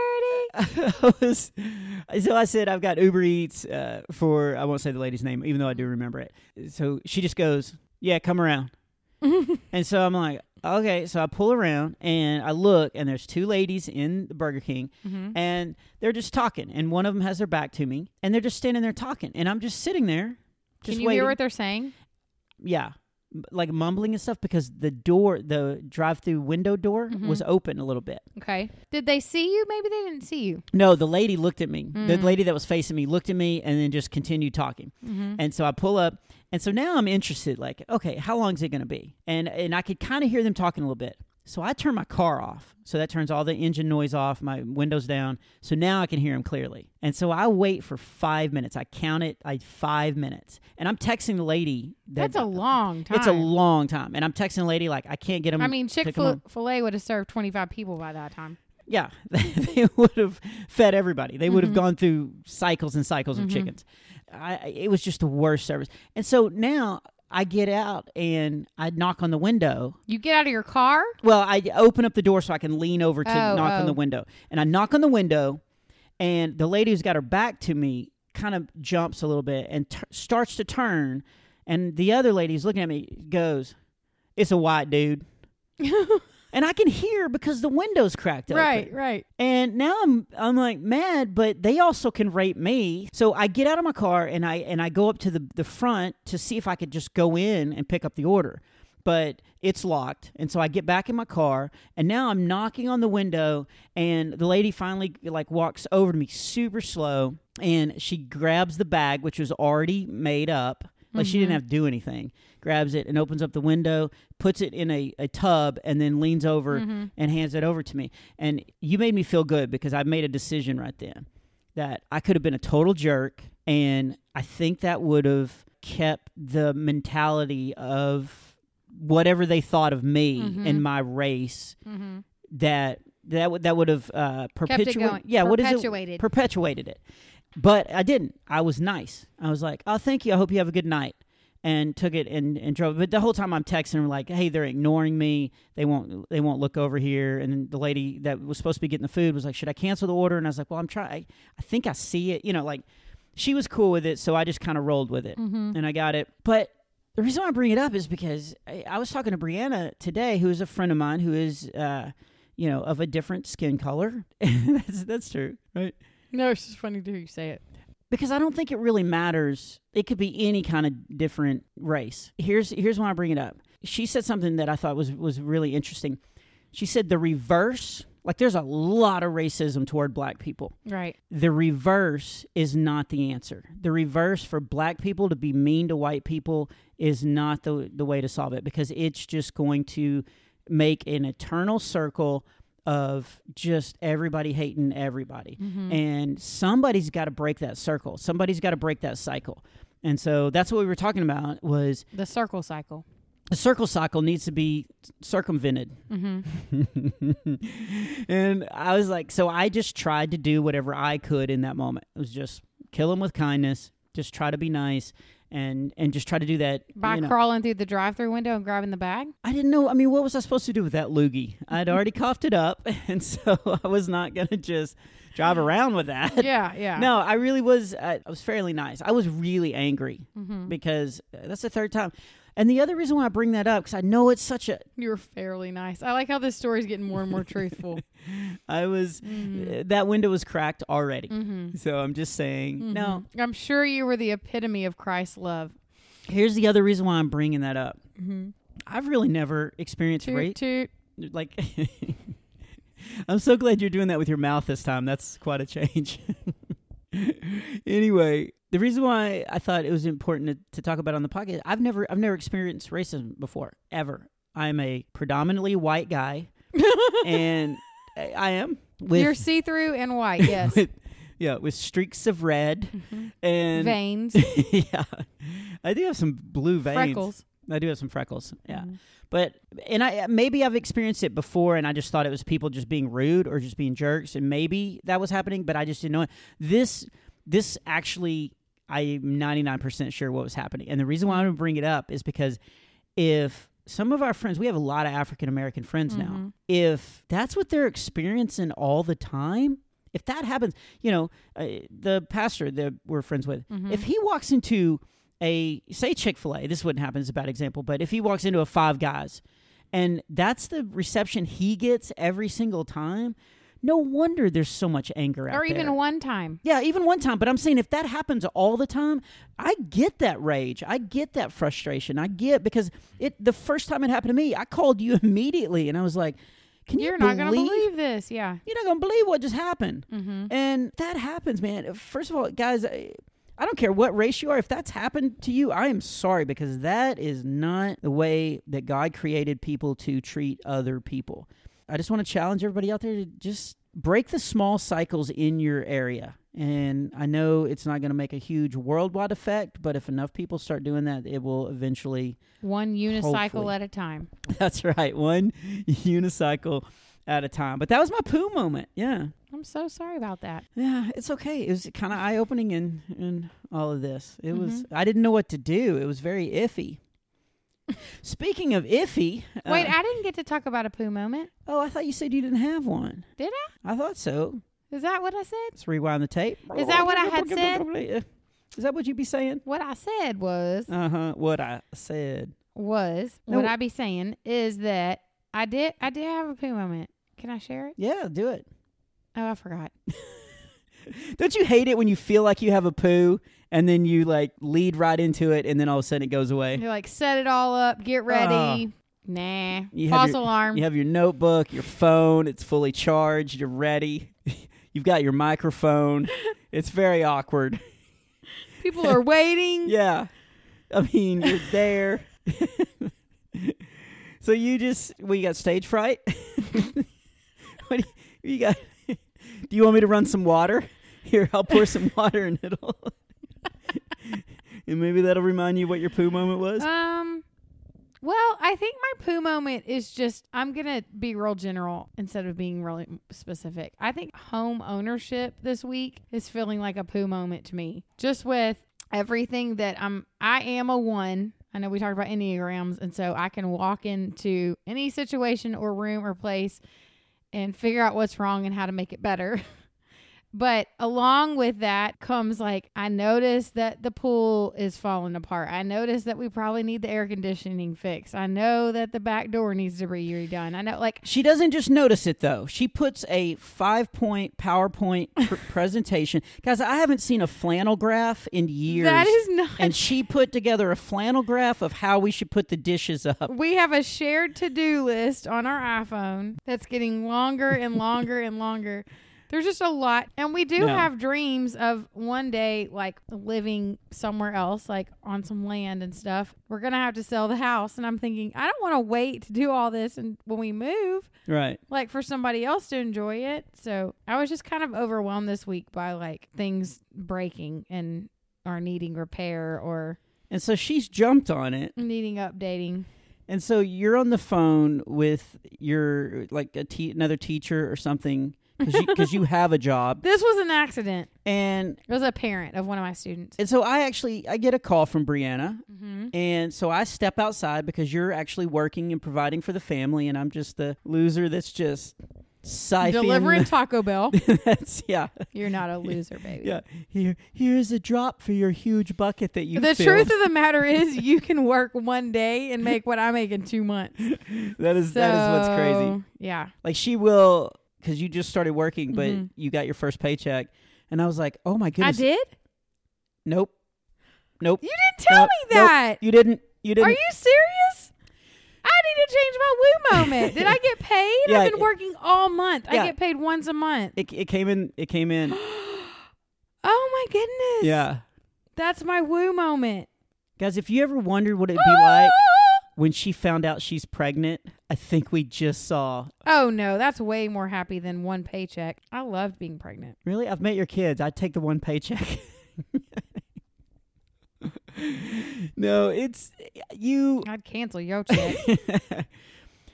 Speaker 3: I was, so I said, I've got Uber Eats uh, for, I won't say the lady's name, even though I do remember it. So she just goes, Yeah, come around. and so I'm like, Okay. So I pull around and I look, and there's two ladies in the Burger King,
Speaker 4: Mm-hmm.
Speaker 3: and they're just talking. And one of them has their back to me, and they're just standing there talking. And I'm just sitting there. Just
Speaker 4: Can you
Speaker 3: waiting.
Speaker 4: hear what they're saying?
Speaker 3: yeah. M- Like mumbling and stuff because the door, the drive through window door
Speaker 4: Mm-hmm.
Speaker 3: was open a little bit.
Speaker 4: Okay. Did they see you? Maybe they didn't see you.
Speaker 3: No, the lady looked at me.
Speaker 4: Mm.
Speaker 3: The lady that was facing me looked at me and then just continued talking.
Speaker 4: Mm-hmm.
Speaker 3: And so I pull up, and so now I'm interested. Like, okay, how long is it going to be? And and I could kind of hear them talking a little bit. So I turn my car off. So that turns all the engine noise off, my windows down. So now I can hear them clearly. And so I wait for five minutes. I count it. I five minutes, and I'm texting the lady. That,
Speaker 4: That's a long time.
Speaker 3: It's a long time, and I'm texting the lady like I can't get them.
Speaker 4: I mean, Chick Fil A would have served twenty five people by that time.
Speaker 3: Yeah, they would have fed everybody. They would
Speaker 4: Mm-hmm.
Speaker 3: have gone through cycles and cycles of chickens. I, I- it was just the worst service. And so now I get out and I knock on the window.
Speaker 4: You get out of your car.
Speaker 3: Well, I open up the door so I can lean over to
Speaker 4: Oh,
Speaker 3: knock on
Speaker 4: oh.
Speaker 3: the window. And I knock on the window, and the lady who's got her back to me kind of jumps a little bit and t- starts to turn. And the other lady who's looking at me goes, It's a white dude. and I can hear because the window's cracked open.
Speaker 4: Right.
Speaker 3: And now I'm I'm like mad, but they also can rape me. So I get out of my car and I and I go up to the the front to see if I could just go in and pick up the order. but it's locked. And so I get back in my car, and now I'm knocking on the window, and the lady finally like walks over to me super slow, and she grabs the bag which was already made up. Like she didn't have to do anything. Grabs it and opens up the window, puts it in a, a tub, and then leans over and hands it over to me. And you made me feel good because I made a decision right then that I could have been a total jerk. And I think that would have kept the mentality of whatever they thought of me
Speaker 4: Mm-hmm.
Speaker 3: and my race that that would that would have uh perpetuated
Speaker 4: going.
Speaker 3: yeah what is it
Speaker 4: Perpetuated.
Speaker 3: perpetuated it but I didn't I was nice I was like oh thank you I hope you have a good night and took it and, and drove but the whole time I'm texting her like hey they're ignoring me they won't they won't look over here and then the lady that was supposed to be getting the food was like should I cancel the order and I was like well I'm trying I think I see it you know like she was cool with it, so I just kind of rolled with it and I got it. But the reason why I bring it up is because I, I was talking to Brianna today, who is a friend of mine who is, uh, you know, of a different skin color. that's, that's true, right?
Speaker 4: No, it's just funny to hear you say it.
Speaker 3: because I don't think it really matters. It could be any kind of different race. Here's here's why I bring it up. She said something that I thought was was really interesting. She said the reverse, like there's a lot of racism toward black people
Speaker 4: Right.
Speaker 3: the reverse is not the answer. The reverse for black people to be mean to white people is not the the way to solve it because it's just going to make an eternal circle of just everybody hating everybody. And somebody's got to break that circle. Somebody's got to break that cycle. And so that's what we were talking about was
Speaker 4: The circle cycle.
Speaker 3: the circle cycle needs to be circumvented. and I was like, so I just tried to do whatever I could in that moment. It was just kill him with kindness, just try to be nice, and and just try to do that.
Speaker 4: By
Speaker 3: you know.
Speaker 4: crawling through the drive-through window and grabbing the bag.
Speaker 3: I didn't know. I mean, what was I supposed to do with that loogie? I'd already coughed it up, and so I was not gonna just drive around with that.
Speaker 4: Yeah, yeah.
Speaker 3: No, I really was. uh, I I was fairly nice. I was really angry
Speaker 4: Mm-hmm.
Speaker 3: because uh, that's the third time. And the other reason why I bring that up because I know it's such a
Speaker 4: you were fairly nice. I like how this story's getting more and more truthful.
Speaker 3: I was uh, that window was cracked already. So I'm just saying. No,
Speaker 4: I'm sure you were the epitome of Christ's love.
Speaker 3: here's the other reason why I'm bringing that up. I've really never experienced
Speaker 4: Toot
Speaker 3: rape.
Speaker 4: toot.
Speaker 3: Like, I'm so glad you're doing that with your mouth this time. That's quite a change. anyway, the reason why I thought it was important to, to talk about on the podcast, I've never, I've never experienced racism before ever. I'm a predominantly white guy, and I- I am. With
Speaker 4: You're see-through and white. Yes.
Speaker 3: with yeah, with streaks of red and
Speaker 4: Veins.
Speaker 3: yeah, I do have some blue veins.
Speaker 4: Freckles.
Speaker 3: I do have some freckles. Yeah, but and I maybe I've experienced it before, and I just thought it was people just being rude or just being jerks, and maybe that was happening, but I just didn't know it. This this actually, I'm 99 percent sure what was happening, and the reason why I'm going to bring it up is because if some of our friends, we have a lot of African American friends
Speaker 4: Mm-hmm.
Speaker 3: now. If that's what they're experiencing all the time, if that happens, you know, uh, the pastor that we're friends with,
Speaker 4: Mm-hmm.
Speaker 3: if he walks into a say Chick Fil A, this wouldn't happen as a bad example, but if he walks into a Five Guys, and that's the reception he gets every single time, no wonder there's so much anger out
Speaker 4: Or even
Speaker 3: there.
Speaker 4: one time.
Speaker 3: Yeah, even one time. But I'm saying if that happens all the time, I get that rage. I get that frustration. I get because it the first time it happened to me, I called you immediately and I was like, "Can you
Speaker 4: You're not gonna
Speaker 3: believe
Speaker 4: believe this. Yeah.
Speaker 3: you're not gonna believe what just happened. And that happens, man. First of all, guys, I, I don't care what race you are. If that's happened to you, I am sorry because that is not the way that God created people to treat other people. I just want to challenge everybody out there to just break the small cycles in your area. And I know it's not going to make a huge worldwide effect, but if enough people start doing that, it will eventually
Speaker 4: One unicycle
Speaker 3: Hopefully.
Speaker 4: at a time.
Speaker 3: That's right. One unicycle at a time. But that was my poo moment. Yeah.
Speaker 4: I'm so sorry about that.
Speaker 3: Yeah, it's okay. It was kind of eye opening in in all of this. It was
Speaker 4: Mm-hmm.
Speaker 3: I didn't know what to do. It was very iffy. Speaking of iffy, uh,
Speaker 4: Wait, I didn't get to talk about a poo moment.
Speaker 3: oh, I thought you said you didn't have one.
Speaker 4: Did I?
Speaker 3: I thought so.
Speaker 4: Is that what I said?
Speaker 3: Let's rewind the tape.
Speaker 4: Is that what I had said?
Speaker 3: Is that what you'd be saying?
Speaker 4: What I said was
Speaker 3: Uh huh. What I said.
Speaker 4: was
Speaker 3: No.
Speaker 4: what I be saying is that I did I did have a poo moment. Can I share it?
Speaker 3: Yeah, do it.
Speaker 4: Oh, I forgot.
Speaker 3: Don't you hate it when you feel like you have a poo and then you like lead right into it and then all of a sudden it goes away?
Speaker 4: You're like, set it all up, get ready. nah.
Speaker 3: Oh. You have
Speaker 4: False
Speaker 3: your-
Speaker 4: alarm.
Speaker 3: You have your notebook, your phone, it's fully charged, you're ready. You've got your microphone. It's very awkward.
Speaker 4: People are waiting.
Speaker 3: Yeah. I mean, you're there. so you just we got stage fright? what do you, you got Do you want me to run some water? Here, I'll pour some water in it all. and maybe that'll remind you what your poo moment was.
Speaker 4: Um, well, I think my poo moment is just I'm gonna be real general instead of being really specific. I think home ownership this week is feeling like a poo moment to me. Just with everything that I'm, I am a one. I know we talked about enneagrams, and so I can walk into any situation or room or place and figure out what's wrong and how to make it better. But along with that comes like I noticed that the pool is falling apart. I noticed that we probably need the air conditioning fixed. I know that the back door needs to be redone. I know like
Speaker 3: She doesn't just notice it though. She puts a five point PowerPoint pr- presentation. Guys, I haven't seen a flannel graph in years.
Speaker 4: That is not-
Speaker 3: And she put together a flannel graph of how we should put the dishes up.
Speaker 4: we have a shared to-do list on our iPhone that's getting longer and longer and longer. There's just a lot and we do
Speaker 3: No.
Speaker 4: have dreams of one day like living somewhere else like on some land and stuff. We're going to have to sell the house and I'm thinking I don't want to wait to do all this and when we move
Speaker 3: Right.
Speaker 4: like for somebody else to enjoy it. So I was just kind of overwhelmed this week by like things breaking and are needing repair or
Speaker 3: And so she's jumped on it.
Speaker 4: needing updating.
Speaker 3: And so you're on the phone with your like a te- another teacher or something because you, have a job.
Speaker 4: This was an accident.
Speaker 3: And
Speaker 4: It was a parent of one of my students.
Speaker 3: and so I actually I get a call from Brianna,
Speaker 4: Mhm.
Speaker 3: and so I step outside because you're actually working and providing for the family, and I'm just the loser that's just siphoning.
Speaker 4: Delivering Taco Bell.
Speaker 3: the- that's yeah,
Speaker 4: You're not a loser, baby.
Speaker 3: yeah. Here here's a drop for your huge bucket that you.
Speaker 4: The
Speaker 3: filled.
Speaker 4: truth of the matter is, you can work one day and make what I make in two months.
Speaker 3: that is that is what's crazy.
Speaker 4: So, Yeah.
Speaker 3: like she will because you just started working but
Speaker 4: Mhm.
Speaker 3: you got your first paycheck and i was like oh my goodness
Speaker 4: I did?
Speaker 3: nope nope
Speaker 4: You didn't tell
Speaker 3: Nope.
Speaker 4: me
Speaker 3: Nope.
Speaker 4: that.
Speaker 3: you didn't you didn't
Speaker 4: Are you serious? I need to change my woo moment. Did I get paid?
Speaker 3: Yeah,
Speaker 4: I've been
Speaker 3: it-
Speaker 4: working all month.
Speaker 3: Yeah.
Speaker 4: I get paid once a month.
Speaker 3: it, it came in it came in
Speaker 4: oh my goodness.
Speaker 3: yeah
Speaker 4: That's my woo moment.
Speaker 3: guys if you ever wondered what it'd be
Speaker 4: Ah!
Speaker 3: like when she found out she's pregnant i think we just saw
Speaker 4: Oh no, that's way more happy than one paycheck. I loved being pregnant.
Speaker 3: really i've met your kids i'd take the one paycheck no it's you
Speaker 4: I'd cancel your check.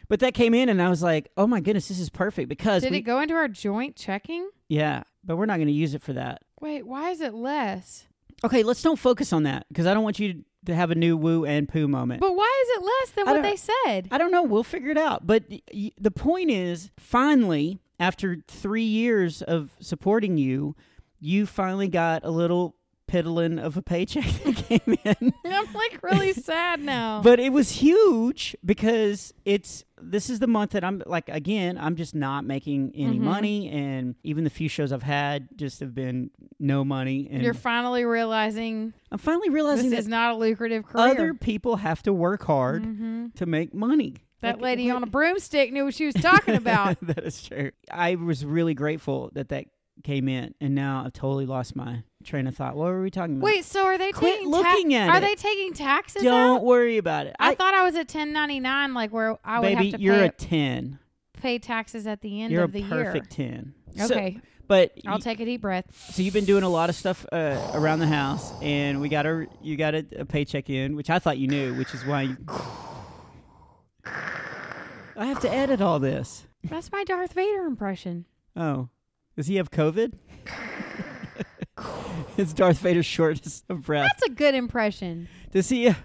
Speaker 3: but that came in and i was like oh my goodness this is perfect because
Speaker 4: Did
Speaker 3: we,
Speaker 4: it go into our joint checking?
Speaker 3: yeah but we're not going to use it for that
Speaker 4: Wait, why is it less?
Speaker 3: Okay, let's don't focus on that because I don't want you to have a new woo and poo moment.
Speaker 4: But why is it less than
Speaker 3: I don't-
Speaker 4: what they said?
Speaker 3: I don't know. We'll figure it out. But y- y- the point is, finally, after three years of supporting you, you finally got a little piddling of a paycheck that came in.
Speaker 4: I'm like really sad now.
Speaker 3: But it was huge because it's this is the month that I'm like again I'm just not making any
Speaker 4: Mm-hmm.
Speaker 3: money and even the few shows I've had just have been no money and
Speaker 4: You're finally realizing
Speaker 3: I'm finally
Speaker 4: this
Speaker 3: realizing that
Speaker 4: is not a lucrative career.
Speaker 3: other people have to work hard
Speaker 4: Mm-hmm.
Speaker 3: to make money.
Speaker 4: That lady on a broomstick knew what she was talking about.
Speaker 3: that is true. I was really grateful that that came in, and now I've totally lost my train of thought. What were we talking about?
Speaker 4: Wait, so are they
Speaker 3: Quit
Speaker 4: taking
Speaker 3: looking at
Speaker 4: Are
Speaker 3: it.
Speaker 4: they taking taxes
Speaker 3: don't
Speaker 4: out?
Speaker 3: worry about it.
Speaker 4: I, thought I was a 1099 like where I would
Speaker 3: baby,
Speaker 4: have to
Speaker 3: you're
Speaker 4: pay,
Speaker 3: a ten.
Speaker 4: pay taxes at the end
Speaker 3: You're a
Speaker 4: of the
Speaker 3: perfect ten.
Speaker 4: year.
Speaker 3: So-
Speaker 4: Okay,
Speaker 3: but
Speaker 4: I'll
Speaker 3: you-
Speaker 4: take a deep breath.
Speaker 3: so you've been doing a lot of stuff uh, around the house, and we got a you got a, a paycheck in, which I thought you knew, which is why you. I have to edit all this.
Speaker 4: That's my Darth Vader impression.
Speaker 3: Oh, does he have COVID? it's Darth Vader's shortest of breath.
Speaker 4: That's a good impression.
Speaker 3: Does he?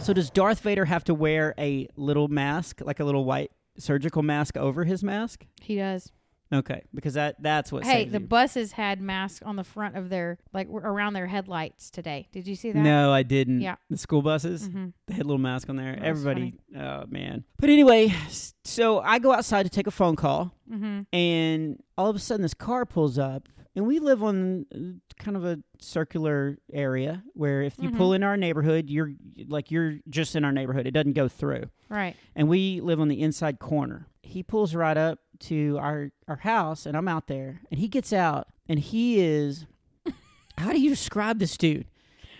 Speaker 3: So does Darth Vader have to wear a little mask, like a little white surgical mask over his mask?
Speaker 4: He does.
Speaker 3: Okay, because that that's what.
Speaker 4: Hey,
Speaker 3: saves
Speaker 4: the
Speaker 3: you.
Speaker 4: buses had masks on the front of their like w- around their headlights today. Did you see that?
Speaker 3: No, I didn't.
Speaker 4: Yeah.
Speaker 3: The school buses,
Speaker 4: Mhm.
Speaker 3: they had a little mask on there.
Speaker 4: That was
Speaker 3: Everybody, oh man. But anyway, s- so I go outside to take a phone call,
Speaker 4: Mhm.
Speaker 3: and all of a sudden this car pulls up, and we live on uh, kind of a circular area where if you
Speaker 4: Mm-hmm.
Speaker 3: pull in our neighborhood, you're like you're just in our neighborhood. It doesn't go through,
Speaker 4: Right.
Speaker 3: and we live on the inside corner. He pulls right up to our our house, and I'm out there, and he gets out, and he is. How do you describe this dude?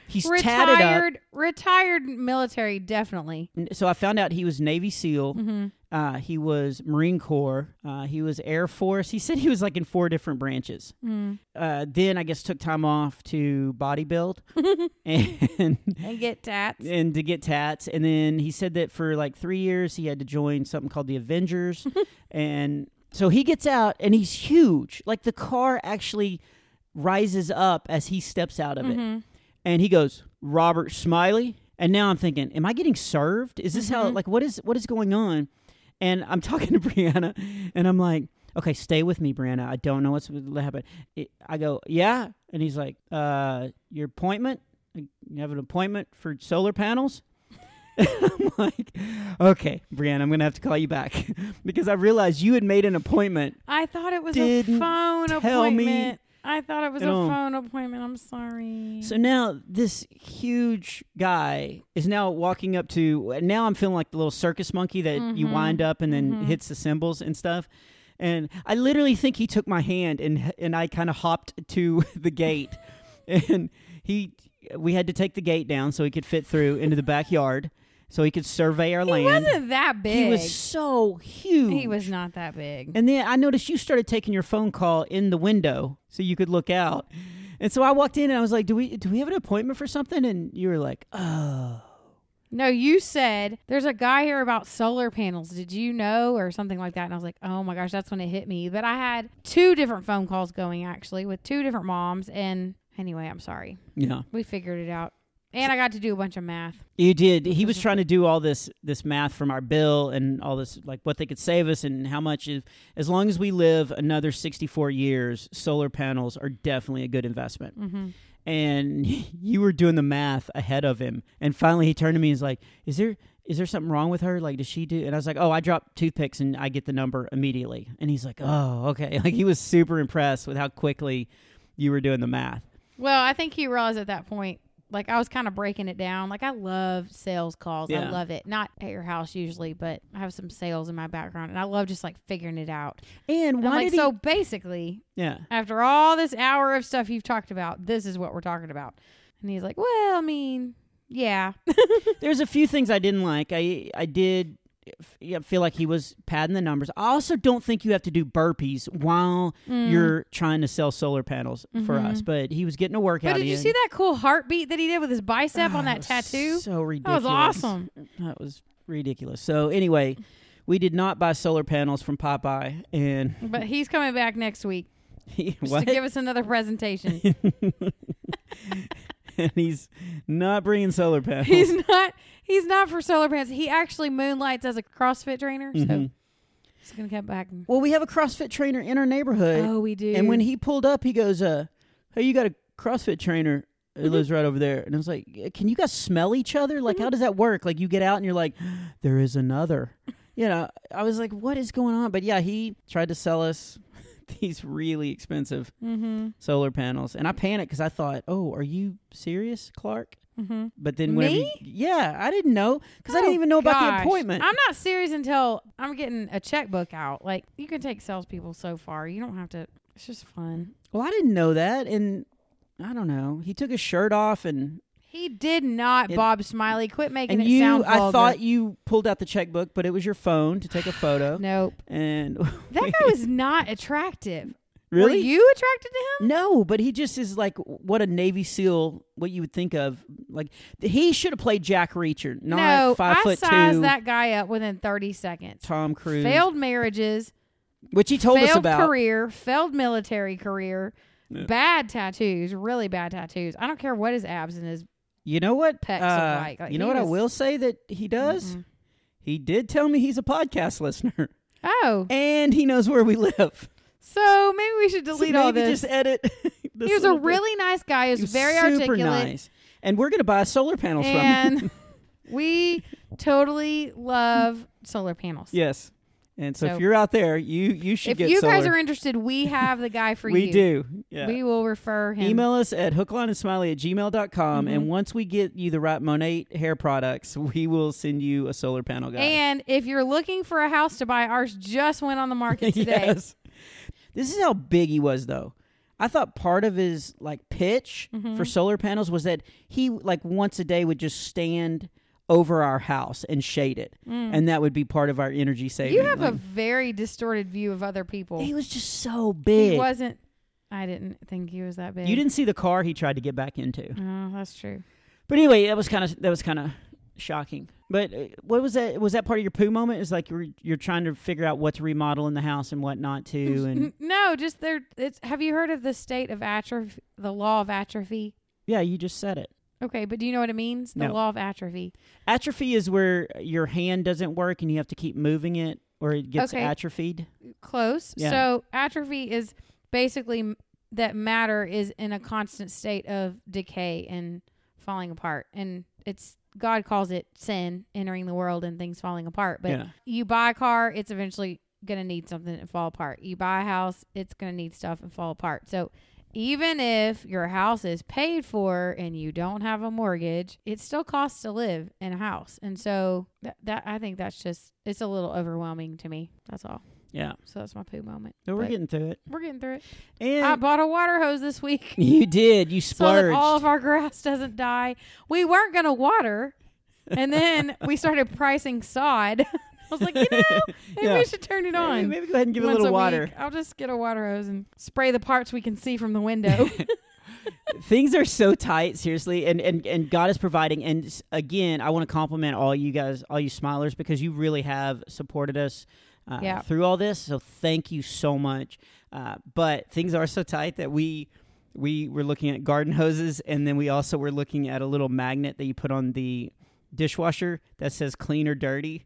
Speaker 3: He's tatted up.
Speaker 4: Retired, retired military, definitely.
Speaker 3: N- so I found out he was Navy SEAL. Uh, he was Marine Corps. Uh, he was Air Force. He said he was like in four different branches. Uh, then I guess took time off to bodybuild and
Speaker 4: They get tats.
Speaker 3: and to get tats. And then he said that for like three years he had to join something called the Avengers. and so he gets out and he's huge. Like the car actually rises up as he steps out of it. And he goes, Robert Smiley. And now I'm thinking, am I getting served? Is this how like what is what is going on? And I'm talking to Brianna and I'm like, okay, stay with me, Brianna. I don't know what's happened. I go, yeah. And he's like, uh, your appointment? You have an appointment for solar panels? I'm like, okay, Brianna, I'm going to have to call you back because I realized you had made an appointment.
Speaker 4: I thought it was a
Speaker 3: Didn't
Speaker 4: phone
Speaker 3: tell me
Speaker 4: appointment. I thought it was a
Speaker 3: at all.
Speaker 4: phone appointment. I'm sorry.
Speaker 3: So now this huge guy is now walking up to. Now I'm feeling like the little circus monkey that you
Speaker 4: Mm-hmm.
Speaker 3: wind up and then hits the cymbals and stuff. And I literally think he took my hand and and I kind of hopped to the gate, and he we had to take the gate down so he could fit through into the backyard, so he could survey our
Speaker 4: he
Speaker 3: land.
Speaker 4: wasn't that big.
Speaker 3: He was so huge.
Speaker 4: He was not that big.
Speaker 3: And then I noticed you started taking your phone call in the window so you could look out. And so I walked in and I was like, "Do we do we have an appointment for something?" And you were like, "Oh,
Speaker 4: No, you said there's a guy here about solar panels. Did you know or something like that? And I was like, oh my gosh, that's when it hit me. But I had two different phone calls going actually with two different moms. And anyway, I'm sorry.
Speaker 3: yeah,
Speaker 4: We figured it out. And I got to do a bunch of math.
Speaker 3: you did." He
Speaker 4: Mm-hmm.
Speaker 3: was trying to do all this this math from our bill and all this like what they could save us and how much if as long as we live another 64 years, solar panels are definitely a good investment.
Speaker 4: Mm-hmm.
Speaker 3: And you were doing the math ahead of him. And finally he turned to me and was like, "Is there is there something wrong with her? Like, does she do? And I was like, oh, I drop toothpicks and I get the number immediately. And he's like, oh, okay. Like, he was super impressed with how quickly you were doing the math.
Speaker 4: Well, I think he realized at that point, like I was kind of breaking it down. Like I love sales calls. I
Speaker 3: Yeah.
Speaker 4: love it. Not at your house usually, but I have some sales in my background and I love just like figuring it out.
Speaker 3: And
Speaker 4: And
Speaker 3: why
Speaker 4: I'm like,
Speaker 3: did he?
Speaker 4: so basically,
Speaker 3: yeah.
Speaker 4: after all this hour of stuff you've talked about, this is what we're talking about. And he's like, well, I mean, yeah.
Speaker 3: There's a few things I didn't like. I I did f- yeah, feel like he was padding the numbers. I also don't think you have to do burpees while
Speaker 4: Mm.
Speaker 3: you're trying to sell solar panels for us. But he was getting a workout.
Speaker 4: Mm-hmm. but did you
Speaker 3: in. Oh,
Speaker 4: see that cool heartbeat that he did with his bicep on that tattoo?
Speaker 3: So
Speaker 4: that
Speaker 3: ridiculous.
Speaker 4: was awesome.
Speaker 3: That was ridiculous. So anyway, we did not buy solar panels from Popeye, and
Speaker 4: But he's coming back next week
Speaker 3: he,
Speaker 4: just
Speaker 3: what?
Speaker 4: to give us another presentation.
Speaker 3: and he's not bringing solar panels.
Speaker 4: he's not he's not for solar pants. He actually moonlights as a CrossFit trainer,
Speaker 3: Mm-hmm.
Speaker 4: so he's gonna come back. and-
Speaker 3: well, we have a CrossFit trainer in our neighborhood.
Speaker 4: Oh, we do.
Speaker 3: And when he pulled up, he goes, uh, "Hey, you got a CrossFit trainer who
Speaker 4: Mm-hmm.
Speaker 3: lives right over there?" And I was like, "Yeah, "Can you guys smell each other? Like, how does that work? Like, you get out and you're like, there is another." You know, I was like, "What is going on?" But yeah, he tried to sell us these really expensive
Speaker 4: Mm-hmm.
Speaker 3: solar panels, and I panicked because I thought, "Oh, are you serious, Clark?" But then when
Speaker 4: Mm-hmm. Me?
Speaker 3: yeah, I didn't know because I
Speaker 4: Oh,
Speaker 3: didn't even know about
Speaker 4: gosh.
Speaker 3: the appointment.
Speaker 4: I'm not serious until I'm getting a checkbook out. Like you can take salespeople so far. You don't have to. It's just fun.
Speaker 3: well, I didn't know that, and I don't know. He took his shirt off and
Speaker 4: He did not,
Speaker 3: It-
Speaker 4: Bob Smiley. Quit making
Speaker 3: and
Speaker 4: it
Speaker 3: you
Speaker 4: sound
Speaker 3: i
Speaker 4: vulgar.
Speaker 3: thought you pulled out the checkbook but it was your phone to take a photo
Speaker 4: Nope.
Speaker 3: and
Speaker 4: That guy was not attractive. Were
Speaker 3: really
Speaker 4: you attracted to him?
Speaker 3: no but he just is like what a navy seal what you would think of like he should have played jack reacher not
Speaker 4: no,
Speaker 3: five
Speaker 4: I
Speaker 3: foot
Speaker 4: sized
Speaker 3: two
Speaker 4: that guy up within 30 seconds.
Speaker 3: tom cruise
Speaker 4: Failed marriages.
Speaker 3: which he told
Speaker 4: failed
Speaker 3: us about
Speaker 4: career, failed military career, bad tattoos, really bad tattoos. I don't care what his abs and his.
Speaker 3: you know what
Speaker 4: Pecs
Speaker 3: Uh,
Speaker 4: alike. Like,
Speaker 3: you know
Speaker 4: he
Speaker 3: what i
Speaker 4: was-
Speaker 3: will say that he does he did tell me he's a podcast listener
Speaker 4: Oh,
Speaker 3: and he knows where we live
Speaker 4: So maybe we should
Speaker 3: So
Speaker 4: delete
Speaker 3: maybe
Speaker 4: all this.
Speaker 3: Just edit. this
Speaker 4: he was a
Speaker 3: little bit.
Speaker 4: really nice guy. He was,
Speaker 3: He was
Speaker 4: very
Speaker 3: super
Speaker 4: articulate.
Speaker 3: nice. And we're gonna buy solar panels from him.
Speaker 4: And we totally love solar panels.
Speaker 3: yes. And so,
Speaker 4: So-
Speaker 3: if you're out there, you you should
Speaker 4: If
Speaker 3: get
Speaker 4: you
Speaker 3: solar.
Speaker 4: guys are interested, we have the guy for
Speaker 3: we
Speaker 4: you.
Speaker 3: do. Yeah.
Speaker 4: We will refer him.
Speaker 3: Email us at hooklineandsmiley at gmail.com. com,
Speaker 4: Mm-hmm.
Speaker 3: And once we get you the right Monet hair products, we will send you a solar panel guy.
Speaker 4: And if you're looking for a house to buy, ours just went on the market today.
Speaker 3: yes. This is how big he was, though. I thought part of his like pitch
Speaker 4: Mm-hmm.
Speaker 3: for solar panels was that he like once a day would just stand over our house and shade it, and that would be part of our energy saving.
Speaker 4: Mm. You have a
Speaker 3: like,
Speaker 4: very distorted view of other people.
Speaker 3: He was just so
Speaker 4: Oh. He
Speaker 3: big.
Speaker 4: wasn't. I didn't think he was that big.
Speaker 3: You didn't see the car he tried to get back into.
Speaker 4: Oh, that's true.
Speaker 3: But anyway, that was kind of that was kind of shocking. But uh, what was that? Was that part of your poo moment? Is like you're you're trying to figure out what to remodel in the house and what not to, and
Speaker 4: N- No, just there. It's. Have you heard of the state of atrophy? The law of atrophy.
Speaker 3: yeah, you just said it.
Speaker 4: Okay, but do you know what it means? The
Speaker 3: No.
Speaker 4: law of atrophy.
Speaker 3: Atrophy is where your hand doesn't work and you have to keep moving it, or it gets
Speaker 4: Okay.
Speaker 3: atrophied.
Speaker 4: Close.
Speaker 3: Yeah.
Speaker 4: So atrophy is basically m- that matter is in a constant state of decay and falling apart, and it's God calls it sin entering the world and things falling apart. But
Speaker 3: Yeah.
Speaker 4: you buy a car, it's eventually gonna need something and fall apart. You buy a house, it's gonna need stuff and fall apart. So even if your house is paid for and you don't have a mortgage, it still costs to live in a house. And so that, that I think that's just it's a little overwhelming to me. That's all.
Speaker 3: Yeah,
Speaker 4: So that's my poo moment.
Speaker 3: no, we're
Speaker 4: But
Speaker 3: getting through it.
Speaker 4: we're getting through it.
Speaker 3: And
Speaker 4: I bought a water hose this week
Speaker 3: you did. You
Speaker 4: so that
Speaker 3: splurged.
Speaker 4: all of our grass doesn't die. We weren't gonna water, and then we started pricing sod. I was like, you know, maybe
Speaker 3: Yeah.
Speaker 4: we should turn it on.
Speaker 3: Hey, maybe go ahead and give it a
Speaker 4: once
Speaker 3: little
Speaker 4: week.
Speaker 3: water.
Speaker 4: I'll just get a water hose and spray the parts we can see from the window.
Speaker 3: things are so tight seriously and and and god is providing and s- again i want to compliment all you guys all you smilers because you really have supported us uh,
Speaker 4: Yeah.
Speaker 3: through all this so thank you so much uh, but things are so tight that we we were looking at garden hoses and then we also were looking at a little magnet that you put on the dishwasher that says clean or dirty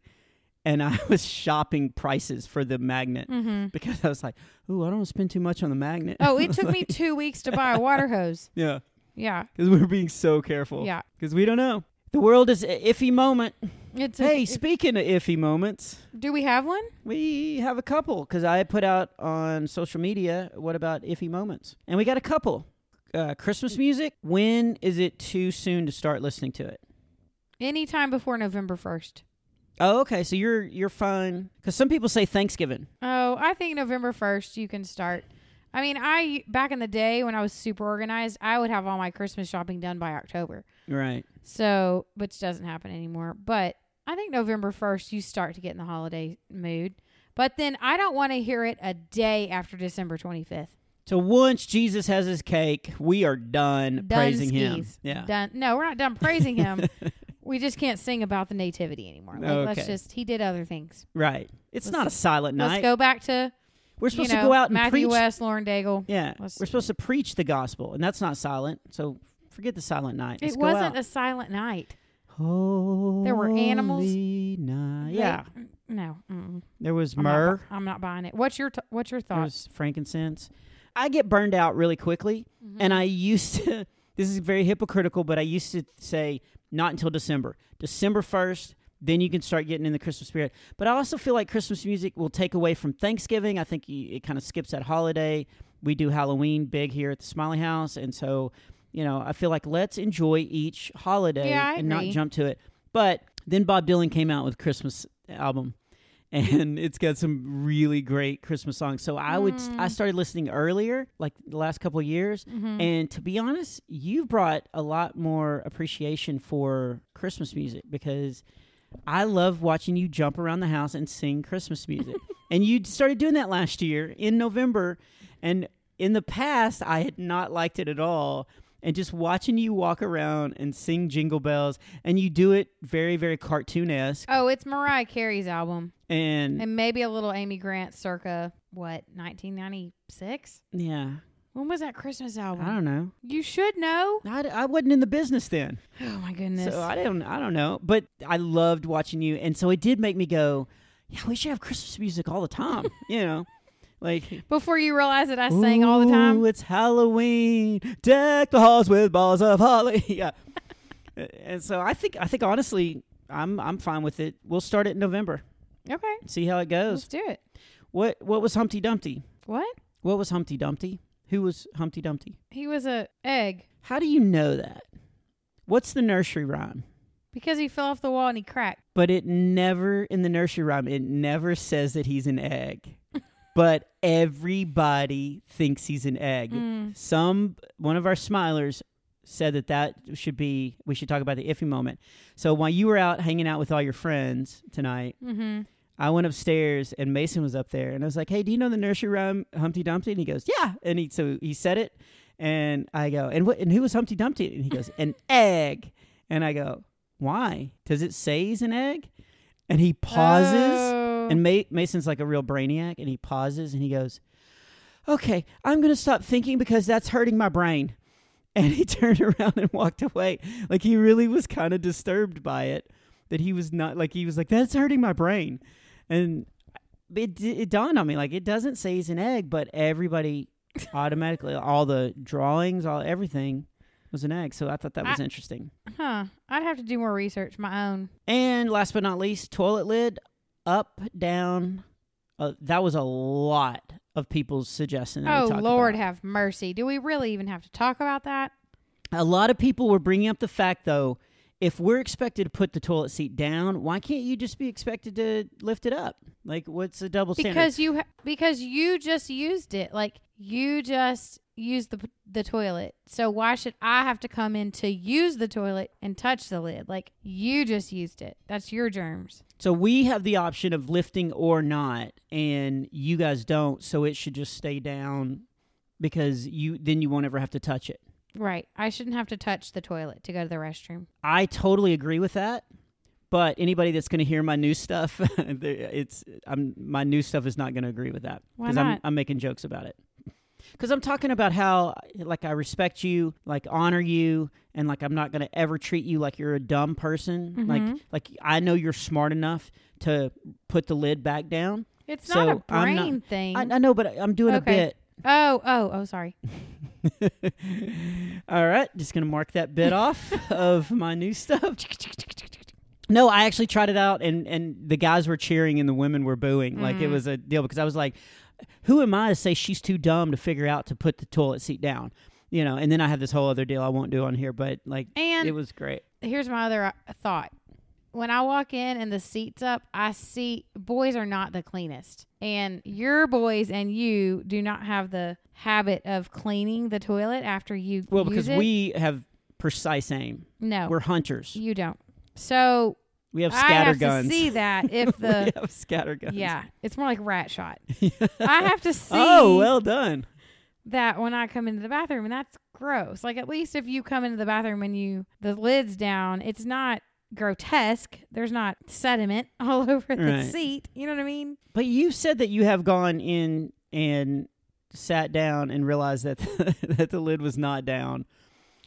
Speaker 3: and I was shopping prices for the magnet because I was like, "Ooh, I don't want to spend too much on the magnet."
Speaker 4: Mm. oh, it took me two weeks to buy a water hose.
Speaker 3: yeah,
Speaker 4: Yeah.
Speaker 3: because we're being so careful.
Speaker 4: Yeah.
Speaker 3: Because we don't know. The world is an iffy moment.
Speaker 4: It's
Speaker 3: Hey, speaking of iffy moments,
Speaker 4: do we have one?
Speaker 3: we have a couple because I put out on social media, what about iffy moments? And we got a couple. Uh, Christmas music, when is it too soon to start listening to it?
Speaker 4: Anytime before November 1st.
Speaker 3: Oh, okay. So you're you're fine because some people say Thanksgiving.
Speaker 4: Oh, I think November 1st you can start. I mean, I back in the day when I was super organized, I would have all my Christmas shopping done by October.
Speaker 3: Right.
Speaker 4: So, which doesn't happen anymore. But I think November 1st, you start to get in the holiday mood. But then I don't want to hear it a day after December 25th.
Speaker 3: So once Jesus has his cake, we are done,
Speaker 4: Done
Speaker 3: praising him.
Speaker 4: skis.
Speaker 3: Yeah.
Speaker 4: Done. No, we're not done praising him. we just can't sing about the nativity anymore. Like, Let's
Speaker 3: Okay.
Speaker 4: just, he did other things.
Speaker 3: Right. It's not a silent
Speaker 4: Let's
Speaker 3: night.
Speaker 4: go back to,
Speaker 3: We're
Speaker 4: you
Speaker 3: supposed
Speaker 4: know,
Speaker 3: to go out and
Speaker 4: Matthew
Speaker 3: preach
Speaker 4: West, Lauren Daigle.
Speaker 3: Yeah.
Speaker 4: Let's
Speaker 3: We're supposed to preach the gospel, and that's not silent. So forget the silent night. Let's
Speaker 4: it
Speaker 3: go
Speaker 4: wasn't
Speaker 3: out.
Speaker 4: a silent night.
Speaker 3: Holy
Speaker 4: there were animals.
Speaker 3: night. Yeah.
Speaker 4: They- mm, no. Mm-mm.
Speaker 3: There was
Speaker 4: I'm not bu-
Speaker 3: myrrh.
Speaker 4: I'm not buying it. What's your, t- what's your
Speaker 3: There
Speaker 4: thoughts?
Speaker 3: was frankincense. I get burned out really quickly, and I used to. This is very hypocritical, but I used to say not until December. December first, then you can start getting in the Christmas spirit. But I also feel like Christmas music will take away from Thanksgiving. I think y- it kind of skips that holiday. We do Halloween big here at the Smiley House, and so you know I feel like let's enjoy each holiday
Speaker 4: Yeah, I
Speaker 3: and not
Speaker 4: agree.
Speaker 3: jump to it. But then Bob Dylan came out with a Christmas album and it's got some really great Christmas songs. So I would
Speaker 4: Mm.
Speaker 3: I started listening earlier, like the last couple of years,
Speaker 4: Mm-hmm.
Speaker 3: and to be honest, you've brought a lot more appreciation for Christmas music because I love watching you jump around the house and sing Christmas music. and you started doing that last year in November and in the past I had not liked it at all. And just watching you walk around and sing jingle bells, and you do it very, very cartoon esque.
Speaker 4: Oh, it's Mariah Carey's album.
Speaker 3: And
Speaker 4: And maybe a little Amy Grant circa what, 1996?
Speaker 3: Yeah,
Speaker 4: When was that Christmas album?
Speaker 3: I don't know.
Speaker 4: You should know.
Speaker 3: I, I wasn't in the business then,
Speaker 4: Oh my goodness.
Speaker 3: so I don't I don't know. But I loved watching you, and so it did make me go, yeah, we should have Christmas music all the time, you know. Like
Speaker 4: Before you realize it, I sang all the time.
Speaker 3: "Ooh, It's Halloween. Deck the halls with balls of holly. yeah. Uh, And so I think I think honestly, I'm I'm fine with it. We'll start it in November.
Speaker 4: Okay,
Speaker 3: See how it goes.
Speaker 4: let's do it.
Speaker 3: What what was Humpty Dumpty?
Speaker 4: What?
Speaker 3: What was Humpty Dumpty? Who was Humpty Dumpty?
Speaker 4: He was a egg
Speaker 3: How do you know that? What's the nursery rhyme?
Speaker 4: because he fell off the wall and he cracked.
Speaker 3: But it never in the nursery rhyme it never says that he's an egg. but everybody thinks he's an egg. Some one of our smilers said that that should be we should talk about the iffy moment. So while you were out hanging out with all your friends tonight,
Speaker 4: Mm-hmm.
Speaker 3: I went upstairs and Mason was up there and I was like, "Hey, do you know the nursery rhyme Humpty Dumpty?" And he goes, "Yeah." And he so he said it and I go, "And what and who was Humpty Dumpty?" And he goes, "An egg." And I go, "Why? Does it say he's an egg?" And he pauses
Speaker 4: Oh.
Speaker 3: and Ma- Mason's like a real brainiac and he pauses and he goes, "Okay, I'm going to stop thinking because that's hurting my brain." And he turned around and walked away. Like he really was kind of disturbed by it that he was not like he was like that's hurting my brain. And it it dawned on me like it doesn't say he's an egg, but everybody automatically all the drawings, all everything was an egg. So I thought that was interesting.
Speaker 4: Huh. I'd have to do more research my own.
Speaker 3: And last but not least, toilet lid up down. Uh, that was a lot of people suggesting. That we
Speaker 4: oh
Speaker 3: talk
Speaker 4: Lord,
Speaker 3: about.
Speaker 4: have mercy. Do we really even have to talk about that?
Speaker 3: a lot of people were bringing up the fact though, if we're expected to put the toilet seat down, why can't you just be expected to lift it up? Like, what's the double standard?
Speaker 4: Because you ha- because you just used it. Like you just used the p- the toilet. So why should I have to come in to use the toilet and touch the lid? Like you just used it. That's your germs.
Speaker 3: so we have the option of lifting or not, and you guys don't. So it should just stay down because you then you won't ever have to touch it.
Speaker 4: Right. I shouldn't have to touch the toilet to go to the restroom.
Speaker 3: I totally agree with that. But anybody that's going to hear my new stuff, there- it's I'm, my new stuff is not going to agree with that
Speaker 4: Why
Speaker 3: I'm,
Speaker 4: not?
Speaker 3: I'm making jokes about it. Because I'm talking about how like I respect you, like honor you, and like I'm not going to ever treat you like you're a dumb person.
Speaker 4: Mm-hmm.
Speaker 3: Like like I know you're smart enough to put the lid back down.
Speaker 4: It's
Speaker 3: So,
Speaker 4: not a
Speaker 3: I'm not-
Speaker 4: brain thing.
Speaker 3: I, I know, but I'm doing
Speaker 4: Okay.
Speaker 3: a bit.
Speaker 4: oh, oh, oh, sorry.
Speaker 3: All right, just gonna mark that bit off of my new stuff. No, I actually tried it out, and and the guys were cheering and the women were booing. Like
Speaker 4: Mm.
Speaker 3: it was a deal because I was like, "Who am I to say she's too dumb to figure out to put the toilet seat down?" You know. And then I have this whole other deal I won't do on here, but like,
Speaker 4: And-
Speaker 3: it was great.
Speaker 4: here's my other uh, thought. When I walk in and the seat's up, I see boys are not the cleanest. And your boys and you do not have the habit of cleaning the toilet after you
Speaker 3: Well,
Speaker 4: use
Speaker 3: because
Speaker 4: it.
Speaker 3: we have precise aim.
Speaker 4: no
Speaker 3: We're hunters.
Speaker 4: you don't. So
Speaker 3: We have
Speaker 4: I
Speaker 3: scatter
Speaker 4: have
Speaker 3: guns.
Speaker 4: to see that if
Speaker 3: we
Speaker 4: the
Speaker 3: have scatter guns.
Speaker 4: yeah, it's more like rat shot. I have to see
Speaker 3: Oh, well done.
Speaker 4: that when I come into the bathroom, and that's gross. Like at least if you come into the bathroom and you the lid's down, it's not grotesque. There's not sediment all over the
Speaker 3: Right.
Speaker 4: seat. You know what I mean?
Speaker 3: But you said that you have gone in and sat down and realized that that the lid was not down.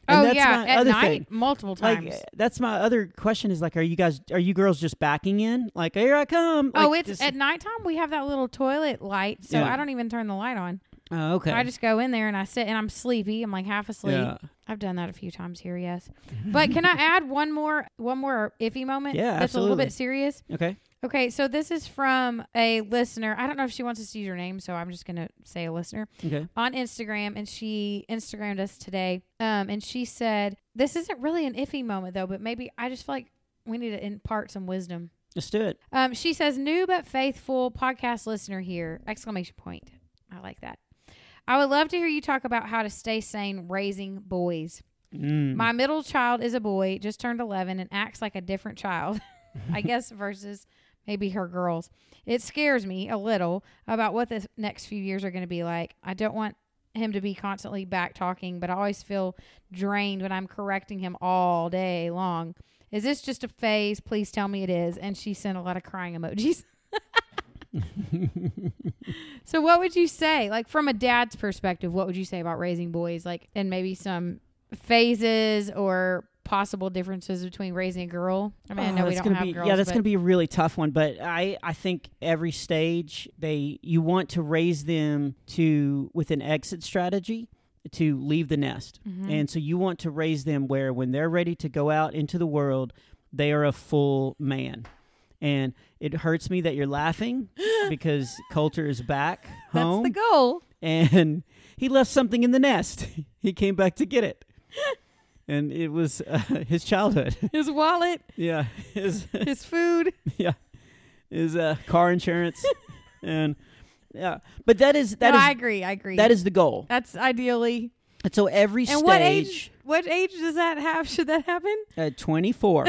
Speaker 3: And
Speaker 4: oh
Speaker 3: that's
Speaker 4: yeah,
Speaker 3: my
Speaker 4: at
Speaker 3: other
Speaker 4: night
Speaker 3: thing.
Speaker 4: multiple
Speaker 3: Like eh,
Speaker 4: times.
Speaker 3: that's my other question is like, are you guys, are you girls just backing in? Like here I come.
Speaker 4: oh,
Speaker 3: Like,
Speaker 4: it's
Speaker 3: this-
Speaker 4: at nighttime. We have that little toilet light, so
Speaker 3: Yeah.
Speaker 4: I don't even turn the light on.
Speaker 3: oh, okay.
Speaker 4: I just go in there and I sit, and I'm sleepy. I'm like half asleep.
Speaker 3: Yeah.
Speaker 4: I've done that a few times here, yes. But can I add one more, one more iffy moment?
Speaker 3: Yeah,
Speaker 4: that's a little
Speaker 3: absolutely.
Speaker 4: bit serious.
Speaker 3: okay.
Speaker 4: Okay, so this is from a listener. I don't know if she wants us to use her name, so I'm just gonna say a listener
Speaker 3: Okay.
Speaker 4: on Instagram, and she Instagrammed us today. Um, and she said, "This isn't really an iffy moment though, but maybe I just feel like we need to impart some wisdom."
Speaker 3: Let's do it.
Speaker 4: Um, she says, "New but faithful podcast listener here!" Exclamation point. I like that. I would love to hear you talk about how to stay sane raising boys.
Speaker 3: Mm.
Speaker 4: My middle child is a boy, just turned 11, and acts like a different child, I guess, versus maybe her girls. It scares me a little about what the next few years are going to be like. I don't want him to be constantly back talking, but I always feel drained when I'm correcting him all day long. Is this just a phase? Please tell me it is. And she sent a lot of crying emojis. so, what would you say, like from a dad's perspective, what would you say about raising boys, like, and maybe some phases or possible differences between raising a girl. I mean,
Speaker 3: Oh,
Speaker 4: I know we
Speaker 3: that's
Speaker 4: don't
Speaker 3: gonna
Speaker 4: have
Speaker 3: be,
Speaker 4: girls.
Speaker 3: Yeah, that's
Speaker 4: but
Speaker 3: going to be a really tough one. But I, I think every stage they you want to raise them to with an exit strategy to leave the nest,
Speaker 4: Mm-hmm.
Speaker 3: and so you want to raise them where when they're ready to go out into the world, they are a full man. And it hurts me that you're laughing because Coulter is back home,
Speaker 4: that's the goal.
Speaker 3: and he left something in the nest. he came back to get it. And it was uh, his childhood.
Speaker 4: His wallet,
Speaker 3: yeah, his
Speaker 4: his food.
Speaker 3: yeah is uh car insurance and yeah but that is that
Speaker 4: no,
Speaker 3: is
Speaker 4: I agree. I agree.
Speaker 3: that is the goal
Speaker 4: that's ideally.
Speaker 3: and so every
Speaker 4: And
Speaker 3: stage
Speaker 4: what age? What age does that have? Should that happen?
Speaker 3: at 24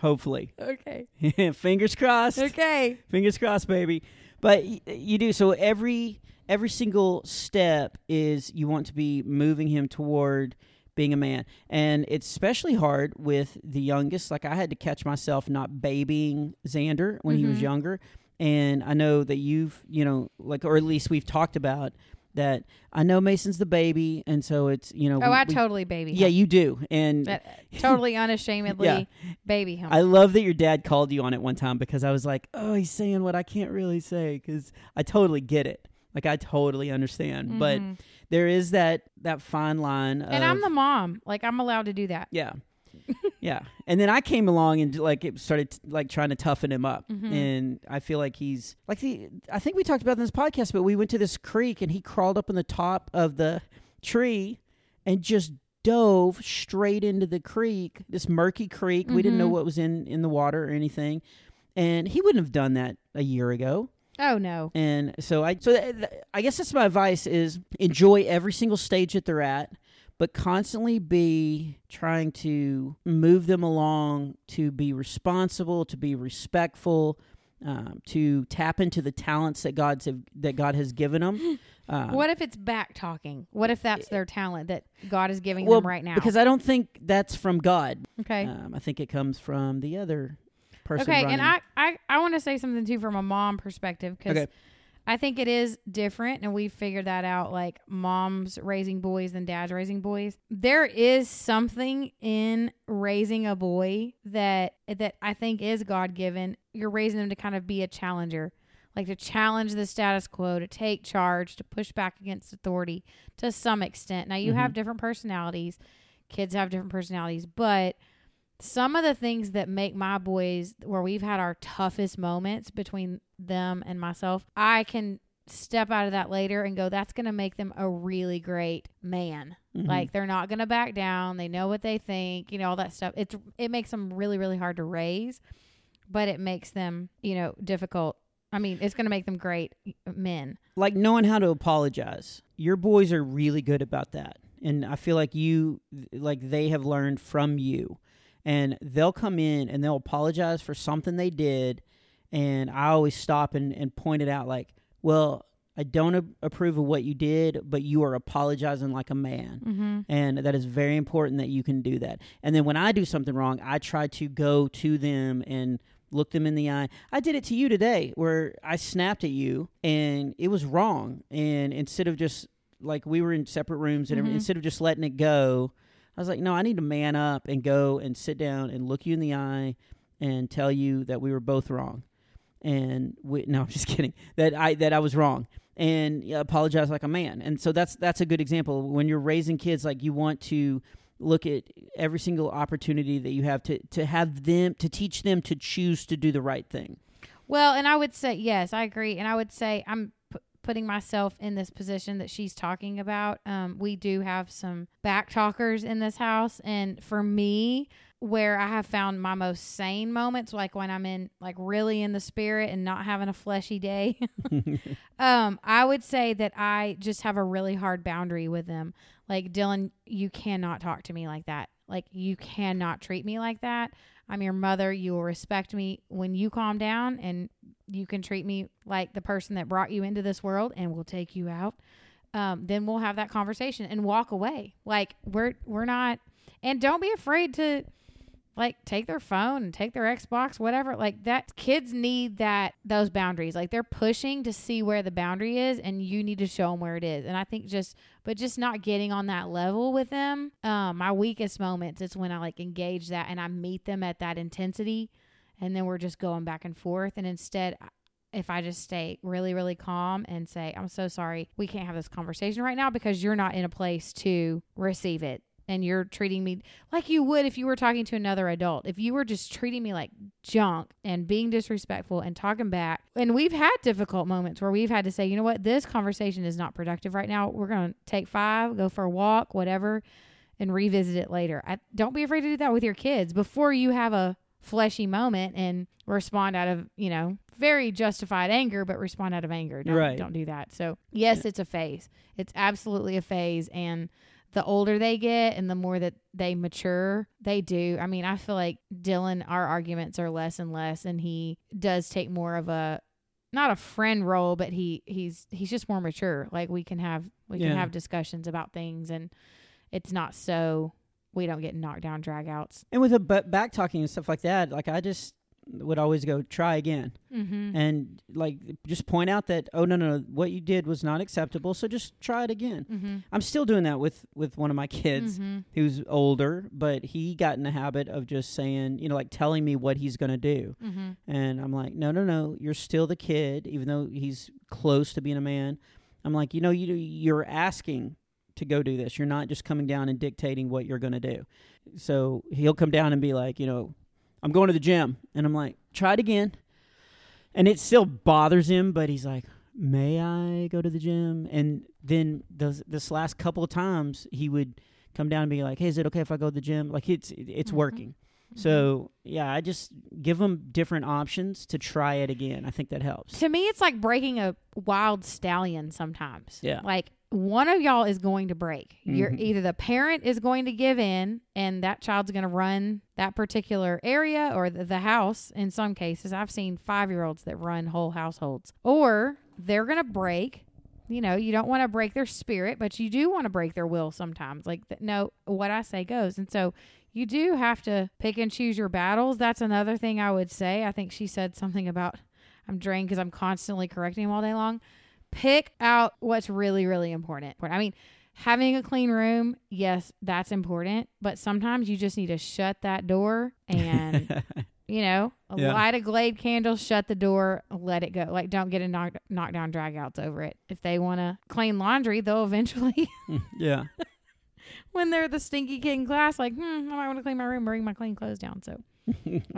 Speaker 3: hopefully
Speaker 4: Okay.
Speaker 3: fingers crossed
Speaker 4: Okay.
Speaker 3: fingers crossed baby but y- you do so every every single step is you want to be moving him toward being a man and it's especially hard with the youngest like i had to catch myself not babying xander when he was
Speaker 4: Mm-hmm.
Speaker 3: younger and i know that you've you know like or at least we've talked about that i know mason's the baby and so it's you know
Speaker 4: Oh,
Speaker 3: we-
Speaker 4: I
Speaker 3: we-
Speaker 4: totally baby.
Speaker 3: yeah you do and
Speaker 4: But totally unashamedly
Speaker 3: Yeah.
Speaker 4: baby him.
Speaker 3: I love that your dad called you on it one time because I was like, oh, he's saying what I can't really say because I totally get it. Like I totally understand, but there is that that fine line. Of,
Speaker 4: Mm-hmm. and I'm the mom. Like I'm allowed to do that.
Speaker 3: yeah, yeah. And then I came along and like it started like trying to toughen him up, and I feel like he's like the. I think we talked about it in this podcast, but we went to this creek and he crawled up on the top of the tree and just dove straight into the creek, this murky creek. We didn't know what was in in the water or anything, and he wouldn't have done that a year ago.
Speaker 4: Oh no.
Speaker 3: And so I so th- th- I guess that's my advice is enjoy every single stage that they're at, but constantly be trying to move them along to be responsible, to be respectful, um, to tap into the talents that God's have, that God has given them. Um,
Speaker 4: What if it's back talking? What if that's their talent that God is giving
Speaker 3: well,
Speaker 4: them right now?
Speaker 3: because I don't think that's from God.
Speaker 4: okay.
Speaker 3: Um, I think it comes from the other person.
Speaker 4: Okay,
Speaker 3: running.
Speaker 4: and I I, I want to say something too from a mom perspective because
Speaker 3: Okay.
Speaker 4: I think it is different, and we figured that out. Like moms raising boys than dads raising boys. There is something in raising a boy that that I think is God given. You're raising them to kind of be a challenger. Like to challenge the status quo, to take charge, to push back against authority to some extent. Now, you have different personalities. Kids have different personalities, but some of the things that make my boys where we've had our toughest moments between them and myself, I can step out of that later and go, that's going to make them a really great man.
Speaker 3: Mm-hmm.
Speaker 4: Like they're not going to back down. They know what they think, you know, all that stuff. It's, it makes them really, really hard to raise, but it makes them, you know, difficult. I mean, it's going to make them great men.
Speaker 3: like knowing how to apologize. Your boys are really good about that. And I feel like you like they have learned from you. And they'll come in and they'll apologize for something they did and I always stop and, and point it out like, well, I don't a- approve of what you did, but you are apologizing like a man. And that is very important that you can do that. And then when I do something wrong, I try to go to them and look them in the eye. I did it to you today where I snapped at you and it was wrong. And instead of just like we were in separate rooms and everything, instead of just letting it go, I was like, no, I need to man up and go and sit down and look you in the eye and tell you that we were both wrong. And we, no, I'm just kidding. That I that I was wrong and yeah, apologize like a man. And so that's that's a good example when you're raising kids. Like you want to look at every single opportunity that you have to to have them to teach them to choose to do the right thing.
Speaker 4: Well, and I would say yes, I agree, and I would say I'm p- putting myself in this position that she's talking about. Um, we do have some back talkers in this house, and for me, where I have found my most sane moments, like when I'm in like really in the spirit and not having a fleshy day, um, I would say that I just have a really hard boundary with them. Like Dylan, you cannot talk to me like that. Like you cannot treat me like that. I'm your mother. You will respect me when you calm down and you can treat me like the person that brought you into this world and will take you out. Um, then we'll have that conversation and walk away. Like we're we're not and don't be afraid to like take their phone and take their Xbox, whatever. Like that kids need that those boundaries. Like they're pushing to see where the boundary is and you need to show them where it is. And I think just but just not getting on that level with them. Um my weakest moments is when I like engage that and I meet them at that intensity and then we're just going back and forth and instead if I just stay really, really calm and say, I'm so sorry, we can't have this conversation right now because you're not in a place to receive it. And you're treating me like you would if you were talking to another adult. If you were just treating me like junk and being disrespectful and talking back. And we've had difficult moments where we've had to say, you know what, this conversation is not productive right now. We're going to take five, go for a walk, whatever, and revisit it later. I, don't be afraid to do that with your kids before you have a fleshy moment and respond out of you know very justified anger but respond out of anger don't,
Speaker 3: Right.
Speaker 4: don't do that so yes it's a phase it's absolutely a phase and the older they get and the more that they mature they do i mean i feel like dylan our arguments are less and less and he does take more of a not a friend role but he he's he's just more mature like we can have we
Speaker 3: Yeah.
Speaker 4: can have discussions about things and it's not so we don't get knocked down drag outs
Speaker 3: And with a bu- back talking and stuff like that, like I just would always go try again
Speaker 4: mm-hmm.
Speaker 3: and like just point out that oh no no no, what you did was not acceptable so just try it again
Speaker 4: mm-hmm.
Speaker 3: i'm still doing that with with one of my kids
Speaker 4: Mhm.
Speaker 3: who's older but he got in the habit of just saying you know like telling me what he's going to do
Speaker 4: Mhm.
Speaker 3: And I'm like, no, no, no, you're still the kid, even though he's close to being a man. I'm like, you know, you you're asking to go do this. You're not just coming down and dictating what you're going to do. So he'll come down and be like, you know, I'm going to the gym, and I'm like, try it again. And it still bothers him, but he's like, may I go to the gym? And then those, this last couple of times, he would come down and be like, hey, is it okay if I go to the gym? Like it's it's
Speaker 4: Mhm.
Speaker 3: working. So yeah, I just give them different options to try it again. I think that helps.
Speaker 4: To me, it's like breaking a wild stallion sometimes.
Speaker 3: Yeah.
Speaker 4: Like one of y'all is going to break. You're
Speaker 3: Mhm.
Speaker 4: either the parent is going to give in and that child's going to run that particular area or the, the house. In some cases, I've seen five year olds that run whole households, or they're going to break. You know, you don't want to break their spirit, but you do want to break their will sometimes. Like, th- no, what I say goes. And so you do have to pick and choose your battles. That's another thing I would say. I think she said something about I'm drained because I'm constantly correcting him all day long. Pick out what's really, really important. I mean, having a clean room, yes, that's important, but sometimes you just need to shut that door and, you know,
Speaker 3: Yeah.
Speaker 4: light a glade candle, shut the door, let it go. Like, don't get a knock, knockdown drag outs over it. If they want to clean laundry, they'll eventually,
Speaker 3: yeah.
Speaker 4: when they're the stinky kid in class, like, hmm, I might want to clean my room, bring my clean clothes down. So,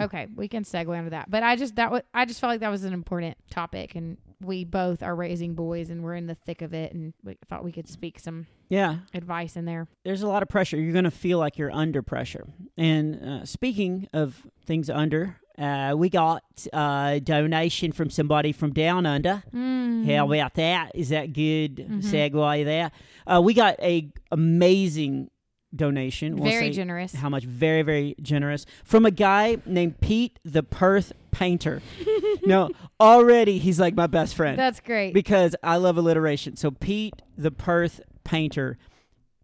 Speaker 4: okay, we can segue into that. But I just that was I just felt like that was an important topic, and we both are raising boys, and we're in the thick of it, and we thought we could speak some
Speaker 3: Yeah.
Speaker 4: advice in there.
Speaker 3: there's a lot of pressure. You're going to feel like you're under pressure. And uh, speaking of things under, uh, we got a donation from somebody from down under.
Speaker 4: Hmm. Mm-hmm.
Speaker 3: How about that? Is that good segue there? Uh, we got a amazing donation. We'll
Speaker 4: Very
Speaker 3: say
Speaker 4: generous.
Speaker 3: How much? Very very generous from a guy named Pete the Perth Painter. now already he's like my best friend
Speaker 4: That's great.
Speaker 3: because I love alliteration. So Pete, the Perth painter,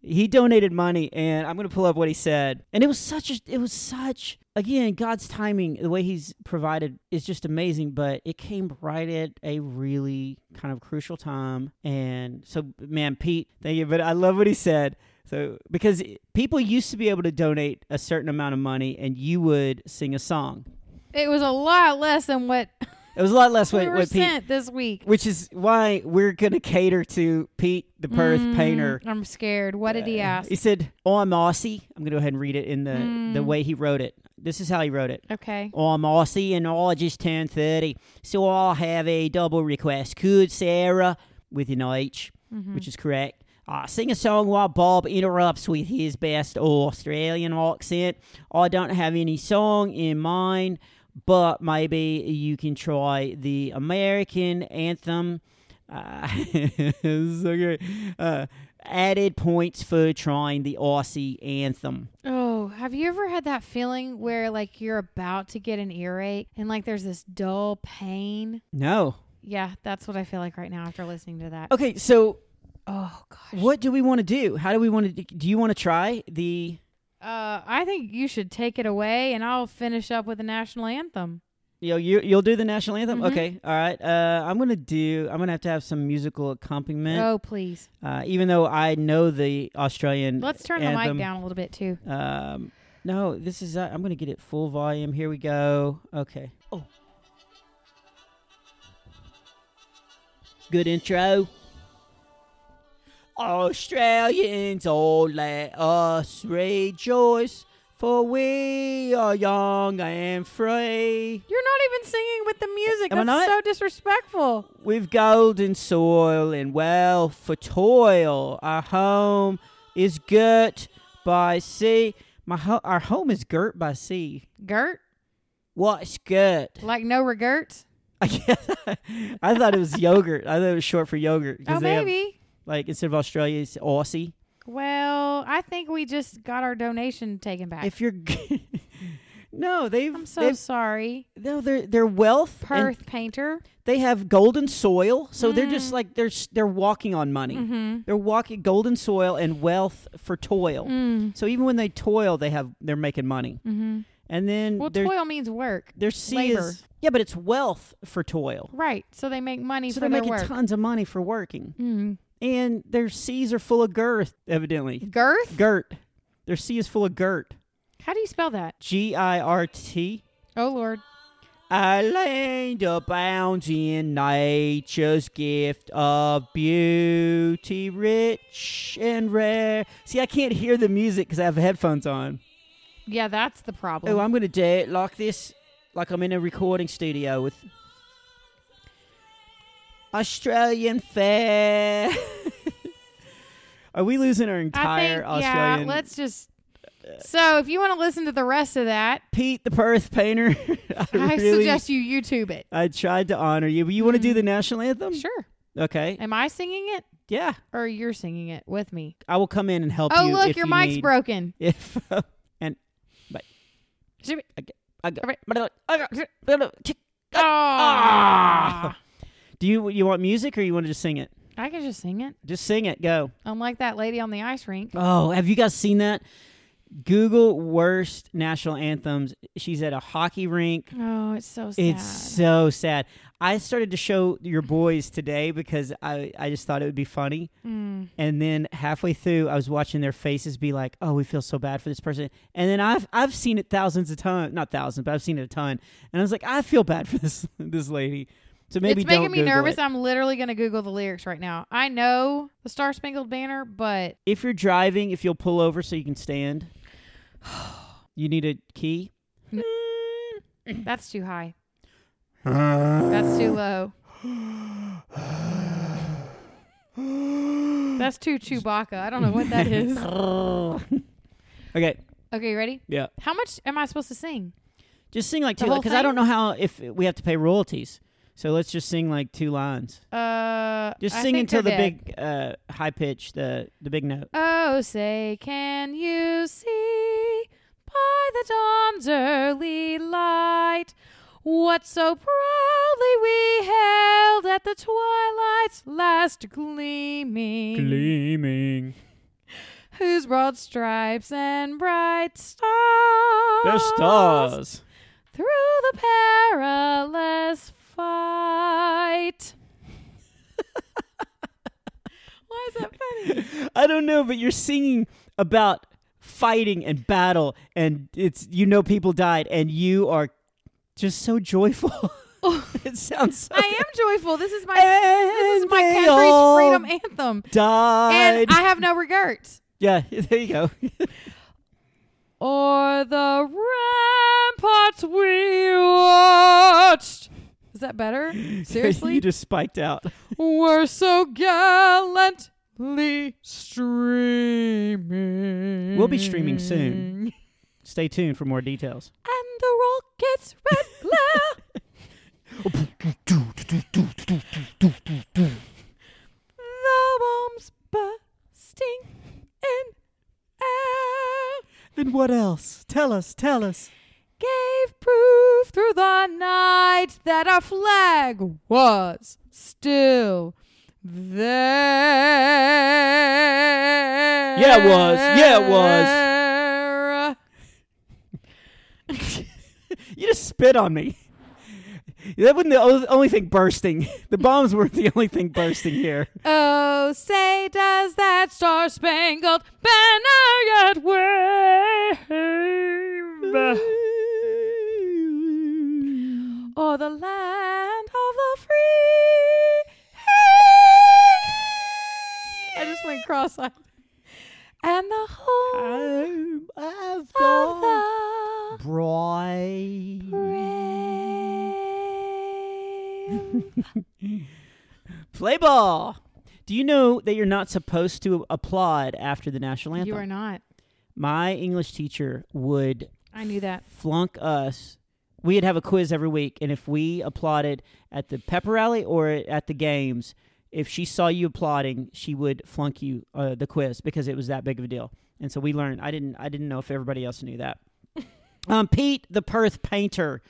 Speaker 3: he donated money, and I'm going to pull up what he said. And it was such a, it was such again God's timing, the way He's provided is just amazing. But it came right at a really kind of crucial time, and so man, Pete, thank you. But I love what he said. So, because people used to be able to donate a certain amount of money and you would sing a song.
Speaker 4: it was a lot less than what
Speaker 3: It was a lot less
Speaker 4: we
Speaker 3: what,
Speaker 4: were
Speaker 3: what Pete
Speaker 4: sent this week.
Speaker 3: which is why we're going to cater to Pete the Perth
Speaker 4: Mm,
Speaker 3: painter.
Speaker 4: I'm scared. What did he ask?
Speaker 3: He said, "Oh, I'm Aussie." I'm going to go ahead and read it in the the
Speaker 4: Mm.
Speaker 3: way he wrote it. This is how he wrote it.
Speaker 4: Okay.
Speaker 3: Oh, I'm Aussie and I just turned 30, so I'll have a double request. Could Sarah, with an H, which is correct, uh, sing a song while Bob interrupts with his best Australian accent? I don't have any song in mind, but maybe you can try the American anthem. Uh, so great. Uh, added points for trying the Aussie anthem.
Speaker 4: Oh, have you ever had that feeling where like you're about to get an earache and like there's this dull pain?
Speaker 3: No.
Speaker 4: Yeah, that's what I feel like right now after listening to that.
Speaker 3: Okay, so
Speaker 4: Oh gosh.
Speaker 3: What do we want to do? How do we want to do you want to try the
Speaker 4: Uh, I think you should take it away, and I'll finish up with the national anthem.
Speaker 3: Yo, you you'll do the national anthem.
Speaker 4: Mm-hmm.
Speaker 3: Okay, all right. Uh, I'm gonna do. I'm gonna have to have some musical accompaniment.
Speaker 4: Oh, please.
Speaker 3: Uh, even though I know the Australian.
Speaker 4: Let's turn the
Speaker 3: anthem.
Speaker 4: mic down a little bit too.
Speaker 3: Um, no, this is. Uh, I'm gonna get it full volume. Here we go. Okay. Oh, good intro. Australians, all let us rejoice, for we are young and free.
Speaker 4: You're not even singing with the music.
Speaker 3: Am I not?
Speaker 4: That's so disrespectful.
Speaker 3: With golden soil and wealth for toil, our home is girt by sea. My ho- our home is girt by sea.
Speaker 4: Gert,
Speaker 3: What's girt?
Speaker 4: like no regrets.
Speaker 3: I guess- I thought it was yogurt. I thought it was short for yogurt. 'cause
Speaker 4: Oh,
Speaker 3: they have-
Speaker 4: maybe.
Speaker 3: like instead of Australia, it's Aussie.
Speaker 4: Well, I think we just got our donation taken back.
Speaker 3: If you're g- no, they've
Speaker 4: I'm so
Speaker 3: they've,
Speaker 4: sorry,
Speaker 3: no, their their wealth. and
Speaker 4: Perth Mm. painter.
Speaker 3: they have golden soil, so they're just like they're s- they're walking on money.
Speaker 4: Mm-hmm.
Speaker 3: They're walking golden soil and wealth for toil.
Speaker 4: Mm.
Speaker 3: So even when they toil, they have they're making money.
Speaker 4: Mhm.
Speaker 3: And then
Speaker 4: Well,
Speaker 3: their
Speaker 4: toil means work.
Speaker 3: their sea
Speaker 4: labor.
Speaker 3: is yeah, but it's wealth for toil.
Speaker 4: Right. So they make money
Speaker 3: So
Speaker 4: for
Speaker 3: they're
Speaker 4: their
Speaker 3: making
Speaker 4: work.
Speaker 3: tons of money for working,
Speaker 4: mm.
Speaker 3: and their seas are full of girth, evidently.
Speaker 4: Girth?
Speaker 3: Girt. Their sea is full of girt.
Speaker 4: How do you spell that?
Speaker 3: G I R T.
Speaker 4: Oh Lord.
Speaker 3: I land abounds in nature's gift of beauty, rich and rare. See, I can't hear the music because I have headphones on.
Speaker 4: Yeah, that's the problem.
Speaker 3: Oh, I'm going to do it like this, like I'm in a recording studio with Australian fair. Are we losing our
Speaker 4: I
Speaker 3: entire
Speaker 4: think
Speaker 3: Australian?
Speaker 4: yeah. Let's just. So if you want to listen to the rest of that,
Speaker 3: Pete the Perth painter. I,
Speaker 4: I
Speaker 3: really-
Speaker 4: suggest you YouTube it.
Speaker 3: I tried to honor you, but you want to do the national anthem?
Speaker 4: Sure.
Speaker 3: Okay.
Speaker 4: Am I singing it
Speaker 3: Yeah,
Speaker 4: or you're singing it with me?
Speaker 3: I will come in and help
Speaker 4: Oh
Speaker 3: you.
Speaker 4: look,
Speaker 3: if
Speaker 4: your
Speaker 3: you
Speaker 4: mic's
Speaker 3: need-
Speaker 4: broken.
Speaker 3: If and but
Speaker 4: Should
Speaker 3: I go.
Speaker 4: Alright.
Speaker 3: I go- I go- tick.
Speaker 4: Oh.
Speaker 3: Ah!
Speaker 4: I
Speaker 3: Do you you want music or you want to just sing it?
Speaker 4: can just sing it.
Speaker 3: Just sing it. Go.
Speaker 4: Unlike that lady on the ice rink.
Speaker 3: Oh, have you guys seen that? Google worst national anthems. She's at a hockey rink.
Speaker 4: Oh, it's so sad.
Speaker 3: It's so sad. I started to show your boys today because I, I just thought it would be funny.
Speaker 4: Mm.
Speaker 3: And then halfway through, I was watching their faces be like, "Oh, we feel so bad for this person." And then I've I've seen it thousands of times, not thousands, but I've seen it a ton. And I was like, "I feel bad for this this lady." So maybe
Speaker 4: it's making
Speaker 3: don't
Speaker 4: me
Speaker 3: Google
Speaker 4: nervous.
Speaker 3: it.
Speaker 4: I'm literally going to Google the lyrics right now. I know the Star Spangled Banner, but
Speaker 3: If you're driving, if you'll pull over so you can stand, you need a key.
Speaker 4: that's too high. That's too low. That's too Chewbacca. I don't know what that is.
Speaker 3: Okay,
Speaker 4: Okay, you ready?
Speaker 3: yeah.
Speaker 4: How much am I supposed to sing?
Speaker 3: Just sing like
Speaker 4: The
Speaker 3: two
Speaker 4: whole
Speaker 3: because I don't
Speaker 4: thing?
Speaker 3: know how if we have to pay royalties. So let's just sing like two lines.
Speaker 4: Uh,
Speaker 3: Just
Speaker 4: I
Speaker 3: sing
Speaker 4: think
Speaker 3: until the
Speaker 4: they're dead.
Speaker 3: big uh, high pitch, the the big note.
Speaker 4: Oh, say, can you see by the dawn's early light what so proudly we hailed at the twilight's last gleaming?
Speaker 3: Gleaming.
Speaker 4: Whose broad stripes and bright stars?
Speaker 3: They're stars.
Speaker 4: Through the perilous fight. Why is that funny?
Speaker 3: I don't know, but you're singing about fighting and battle, and it's you know people died, and you are just so joyful. it sounds. So
Speaker 4: I am joyful. This is my
Speaker 3: This
Speaker 4: This is my country's freedom anthem.
Speaker 3: Died.
Speaker 4: And I have no regrets.
Speaker 3: yeah, there you go.
Speaker 4: O'er the ramparts we watched. Is that better?
Speaker 3: you
Speaker 4: Seriously?
Speaker 3: just spiked out.
Speaker 4: We're so gallantly streaming.
Speaker 3: We'll be streaming soon. Stay tuned for more details.
Speaker 4: And the rockets red glare. the bombs bursting in air.
Speaker 3: And what else? Tell us. Tell us.
Speaker 4: gave proof through the night that our flag was still there.
Speaker 3: Yeah, it was. Yeah, it was.
Speaker 4: There
Speaker 3: You just spit on me. That wasn't the o- only thing bursting. The bombs weren't the only thing bursting here.
Speaker 4: Oh, say does that star spangled banner yet wave? O'er the land of the free. I just went cross-eyed. And the
Speaker 3: Home
Speaker 4: home
Speaker 3: of
Speaker 4: of
Speaker 3: the
Speaker 4: the
Speaker 3: bride.
Speaker 4: brave.
Speaker 3: Play ball. Do you know that you're not supposed to applaud after the national anthem?
Speaker 4: You are not.
Speaker 3: My English teacher would
Speaker 4: I knew that.
Speaker 3: flunk us. We'd have a quiz every week, and if we applauded at the pepper rally or at the games, if she saw you applauding, she would flunk you uh, the quiz because it was that big of a deal. And so we learned. I didn't. I didn't know if everybody else knew that. um, Pete, the Perth painter,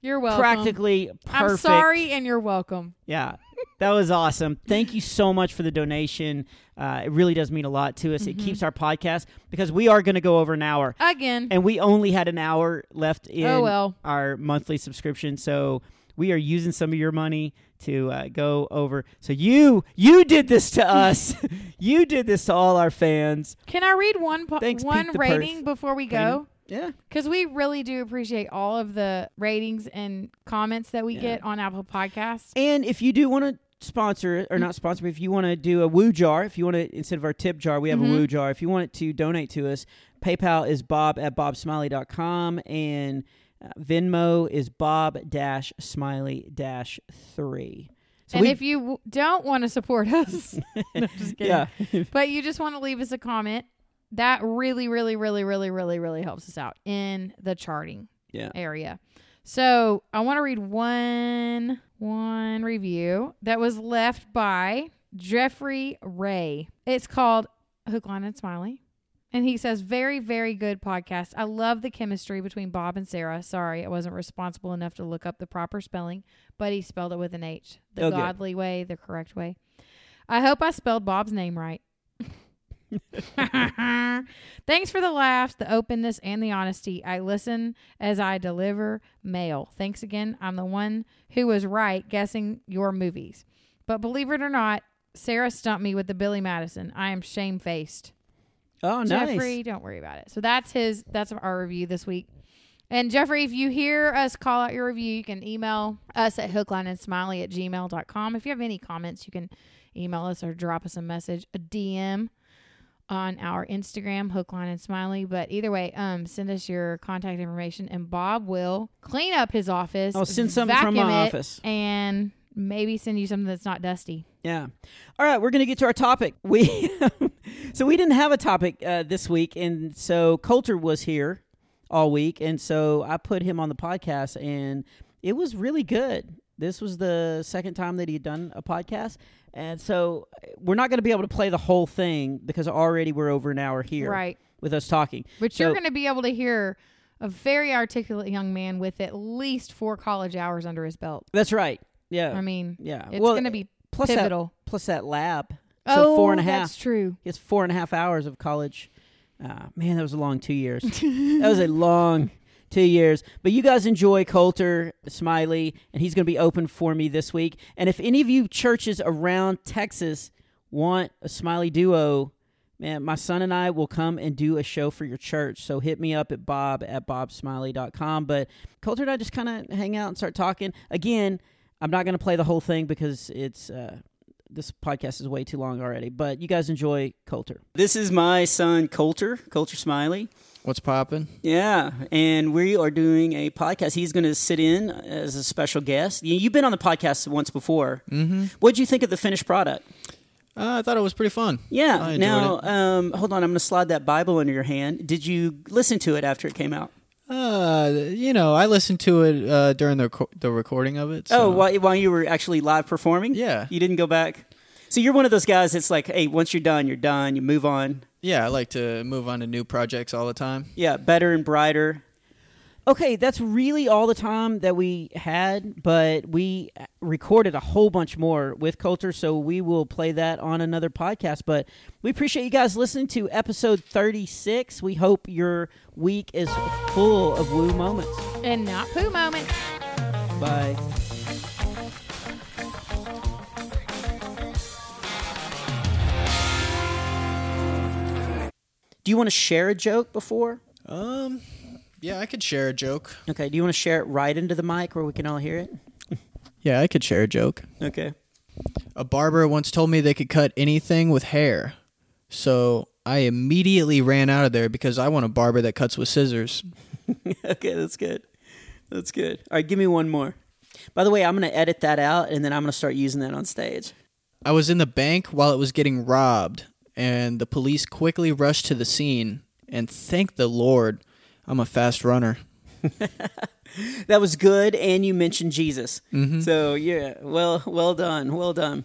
Speaker 4: You're welcome.
Speaker 3: practically perfect.
Speaker 4: I'm sorry, and you're welcome.
Speaker 3: Yeah. That was awesome. Thank you so much for the donation. Uh, it really does mean a lot to us.
Speaker 4: Mm-hmm.
Speaker 3: It keeps our podcast because we are going to go over an hour
Speaker 4: Again.
Speaker 3: and we only had an hour left in
Speaker 4: Oh, well.
Speaker 3: our monthly subscription so we are using some of your money to uh, go over so you you did this to us you did this to all our fans
Speaker 4: Can I read one po-
Speaker 3: Thanks,
Speaker 4: one
Speaker 3: Pete the
Speaker 4: rating
Speaker 3: Perth.
Speaker 4: before we go?
Speaker 3: yeah
Speaker 4: Because we really do appreciate all of the ratings and comments that we get on Apple Podcasts.
Speaker 3: and if you do want to sponsor
Speaker 4: Mm.
Speaker 3: or not sponsor but if you want to do a woo jar if you want to instead of our tip jar we have
Speaker 4: Mm-hmm.
Speaker 3: a woo jar if you want to donate to us paypal is bob at bobsmiley.com and uh, venmo is bob dash smiley dash three so
Speaker 4: and
Speaker 3: we-
Speaker 4: if you w- don't want to support us, No, just kidding.
Speaker 3: yeah
Speaker 4: but you just want to leave us a comment, that really, really, really, really, really, really helps us out in the charting
Speaker 3: yeah
Speaker 4: area. So I want to read one one review that was left by Jeffrey Ray. It's called Hook, Line, and Smiley. And he says, very, very good podcast. I love the chemistry between Bob and Sarah. Sorry, I wasn't responsible enough to look up the proper spelling, but he spelled it with an H. The
Speaker 3: Oh, good.
Speaker 4: godly way, the correct way. I hope I spelled Bob's name right. Thanks for the laughs, the openness, and the honesty. I listen as I deliver mail. Thanks again. I'm the one who was right guessing your movies. But believe it or not, Sarah stumped me with the Billy Madison. I am shamefaced.
Speaker 3: oh nice
Speaker 4: Jeffrey, don't worry about it. So that's his that's our review this week. And Jeffrey, if you hear us call out your review, you can email us at hookline and smiley at gmail.com. If you have any comments, you can email us or drop us a message, a DM on our Instagram, hookline and smiley. But either way, um, send us your contact information and Bob will clean up his office.
Speaker 3: I'll Oh, send something from
Speaker 4: vacuum
Speaker 3: my
Speaker 4: it,
Speaker 3: office.
Speaker 4: And maybe send you something that's not dusty.
Speaker 3: Yeah. All right, we're going to get to our topic. We so we didn't have a topic uh, this week, and so Coulter was here all week, and so I put him on the podcast, and it was really good. This was the second time that he'd done a podcast, and so uh, we're not going to be able to play the whole thing because already we're over an hour here,
Speaker 4: Right.
Speaker 3: With us talking,
Speaker 4: But
Speaker 3: So-
Speaker 4: you're going to be able to hear a very articulate young man with at least four college hours under his belt.
Speaker 3: That's right. Yeah.
Speaker 4: I mean,
Speaker 3: yeah.
Speaker 4: it's
Speaker 3: Well,
Speaker 4: going to be
Speaker 3: plus
Speaker 4: pivotal.
Speaker 3: That, plus that lab.
Speaker 4: oh,
Speaker 3: so four and a half.
Speaker 4: That's true.
Speaker 3: He has four and a half hours of college. Uh, man, that was a long two years. that was a long two years. But you guys enjoy Coulter Smiley, and he's going to be open for me this week. And if any of you churches around Texas want a Smiley duo, man, my son and I will come and do a show for your church. So hit me up at bob at bobsmiley.com. But Coulter and I just kind of hang out and start talking. Again, I'm not going to play the whole thing because it's. Uh, this podcast is way too long already, but you guys enjoy Coulter. This is my son Coulter, Coulter Smiley.
Speaker 5: What's poppin'?
Speaker 3: Yeah, and we are doing a podcast. He's going to sit in as a special guest. You- You've been on the podcast once before. Mm-hmm. What did you think of the finished product?
Speaker 5: Uh, I thought it was pretty fun.
Speaker 3: Yeah.
Speaker 5: I enjoyed
Speaker 3: now,
Speaker 5: it.
Speaker 3: Um, hold on. I'm going to slide that Bible under your hand. Did you listen to it after it came out?
Speaker 5: Uh, you know, I listened to it uh, during the reco- the recording of it.
Speaker 3: Oh,
Speaker 5: so-
Speaker 3: while, while you were actually live performing?
Speaker 5: Yeah.
Speaker 3: You didn't go back. So you're one of those guys that's like, hey, once you're done, you're done. You move on.
Speaker 5: yeah. I like to move on to new projects all the time.
Speaker 3: Yeah, better and brighter. Okay, that's really all the time that we had, but we recorded a whole bunch more with Coulter, so we will play that on another podcast. But we appreciate you guys listening to episode 36. We hope your week is full of woo moments.
Speaker 4: And not poo moment.
Speaker 3: Bye. Do you want to share a joke before?
Speaker 5: Um, yeah, I could share a joke.
Speaker 3: Okay, do you want to share it right into the mic where we can all hear it?
Speaker 5: Yeah, I could share a joke.
Speaker 3: Okay.
Speaker 5: A barber once told me they could cut anything with hair. So I immediately ran out of there because I want a barber that cuts with scissors.
Speaker 3: okay, that's good. That's good. All right, give me one more. By the way, I'm going to edit that out and then I'm going to start using that on stage.
Speaker 5: I was in the bank while it was getting robbed, and the police quickly rushed to the scene. And thank the Lord, I'm a fast runner.
Speaker 3: That was good and you mentioned Jesus. So, yeah, well well done. Well done.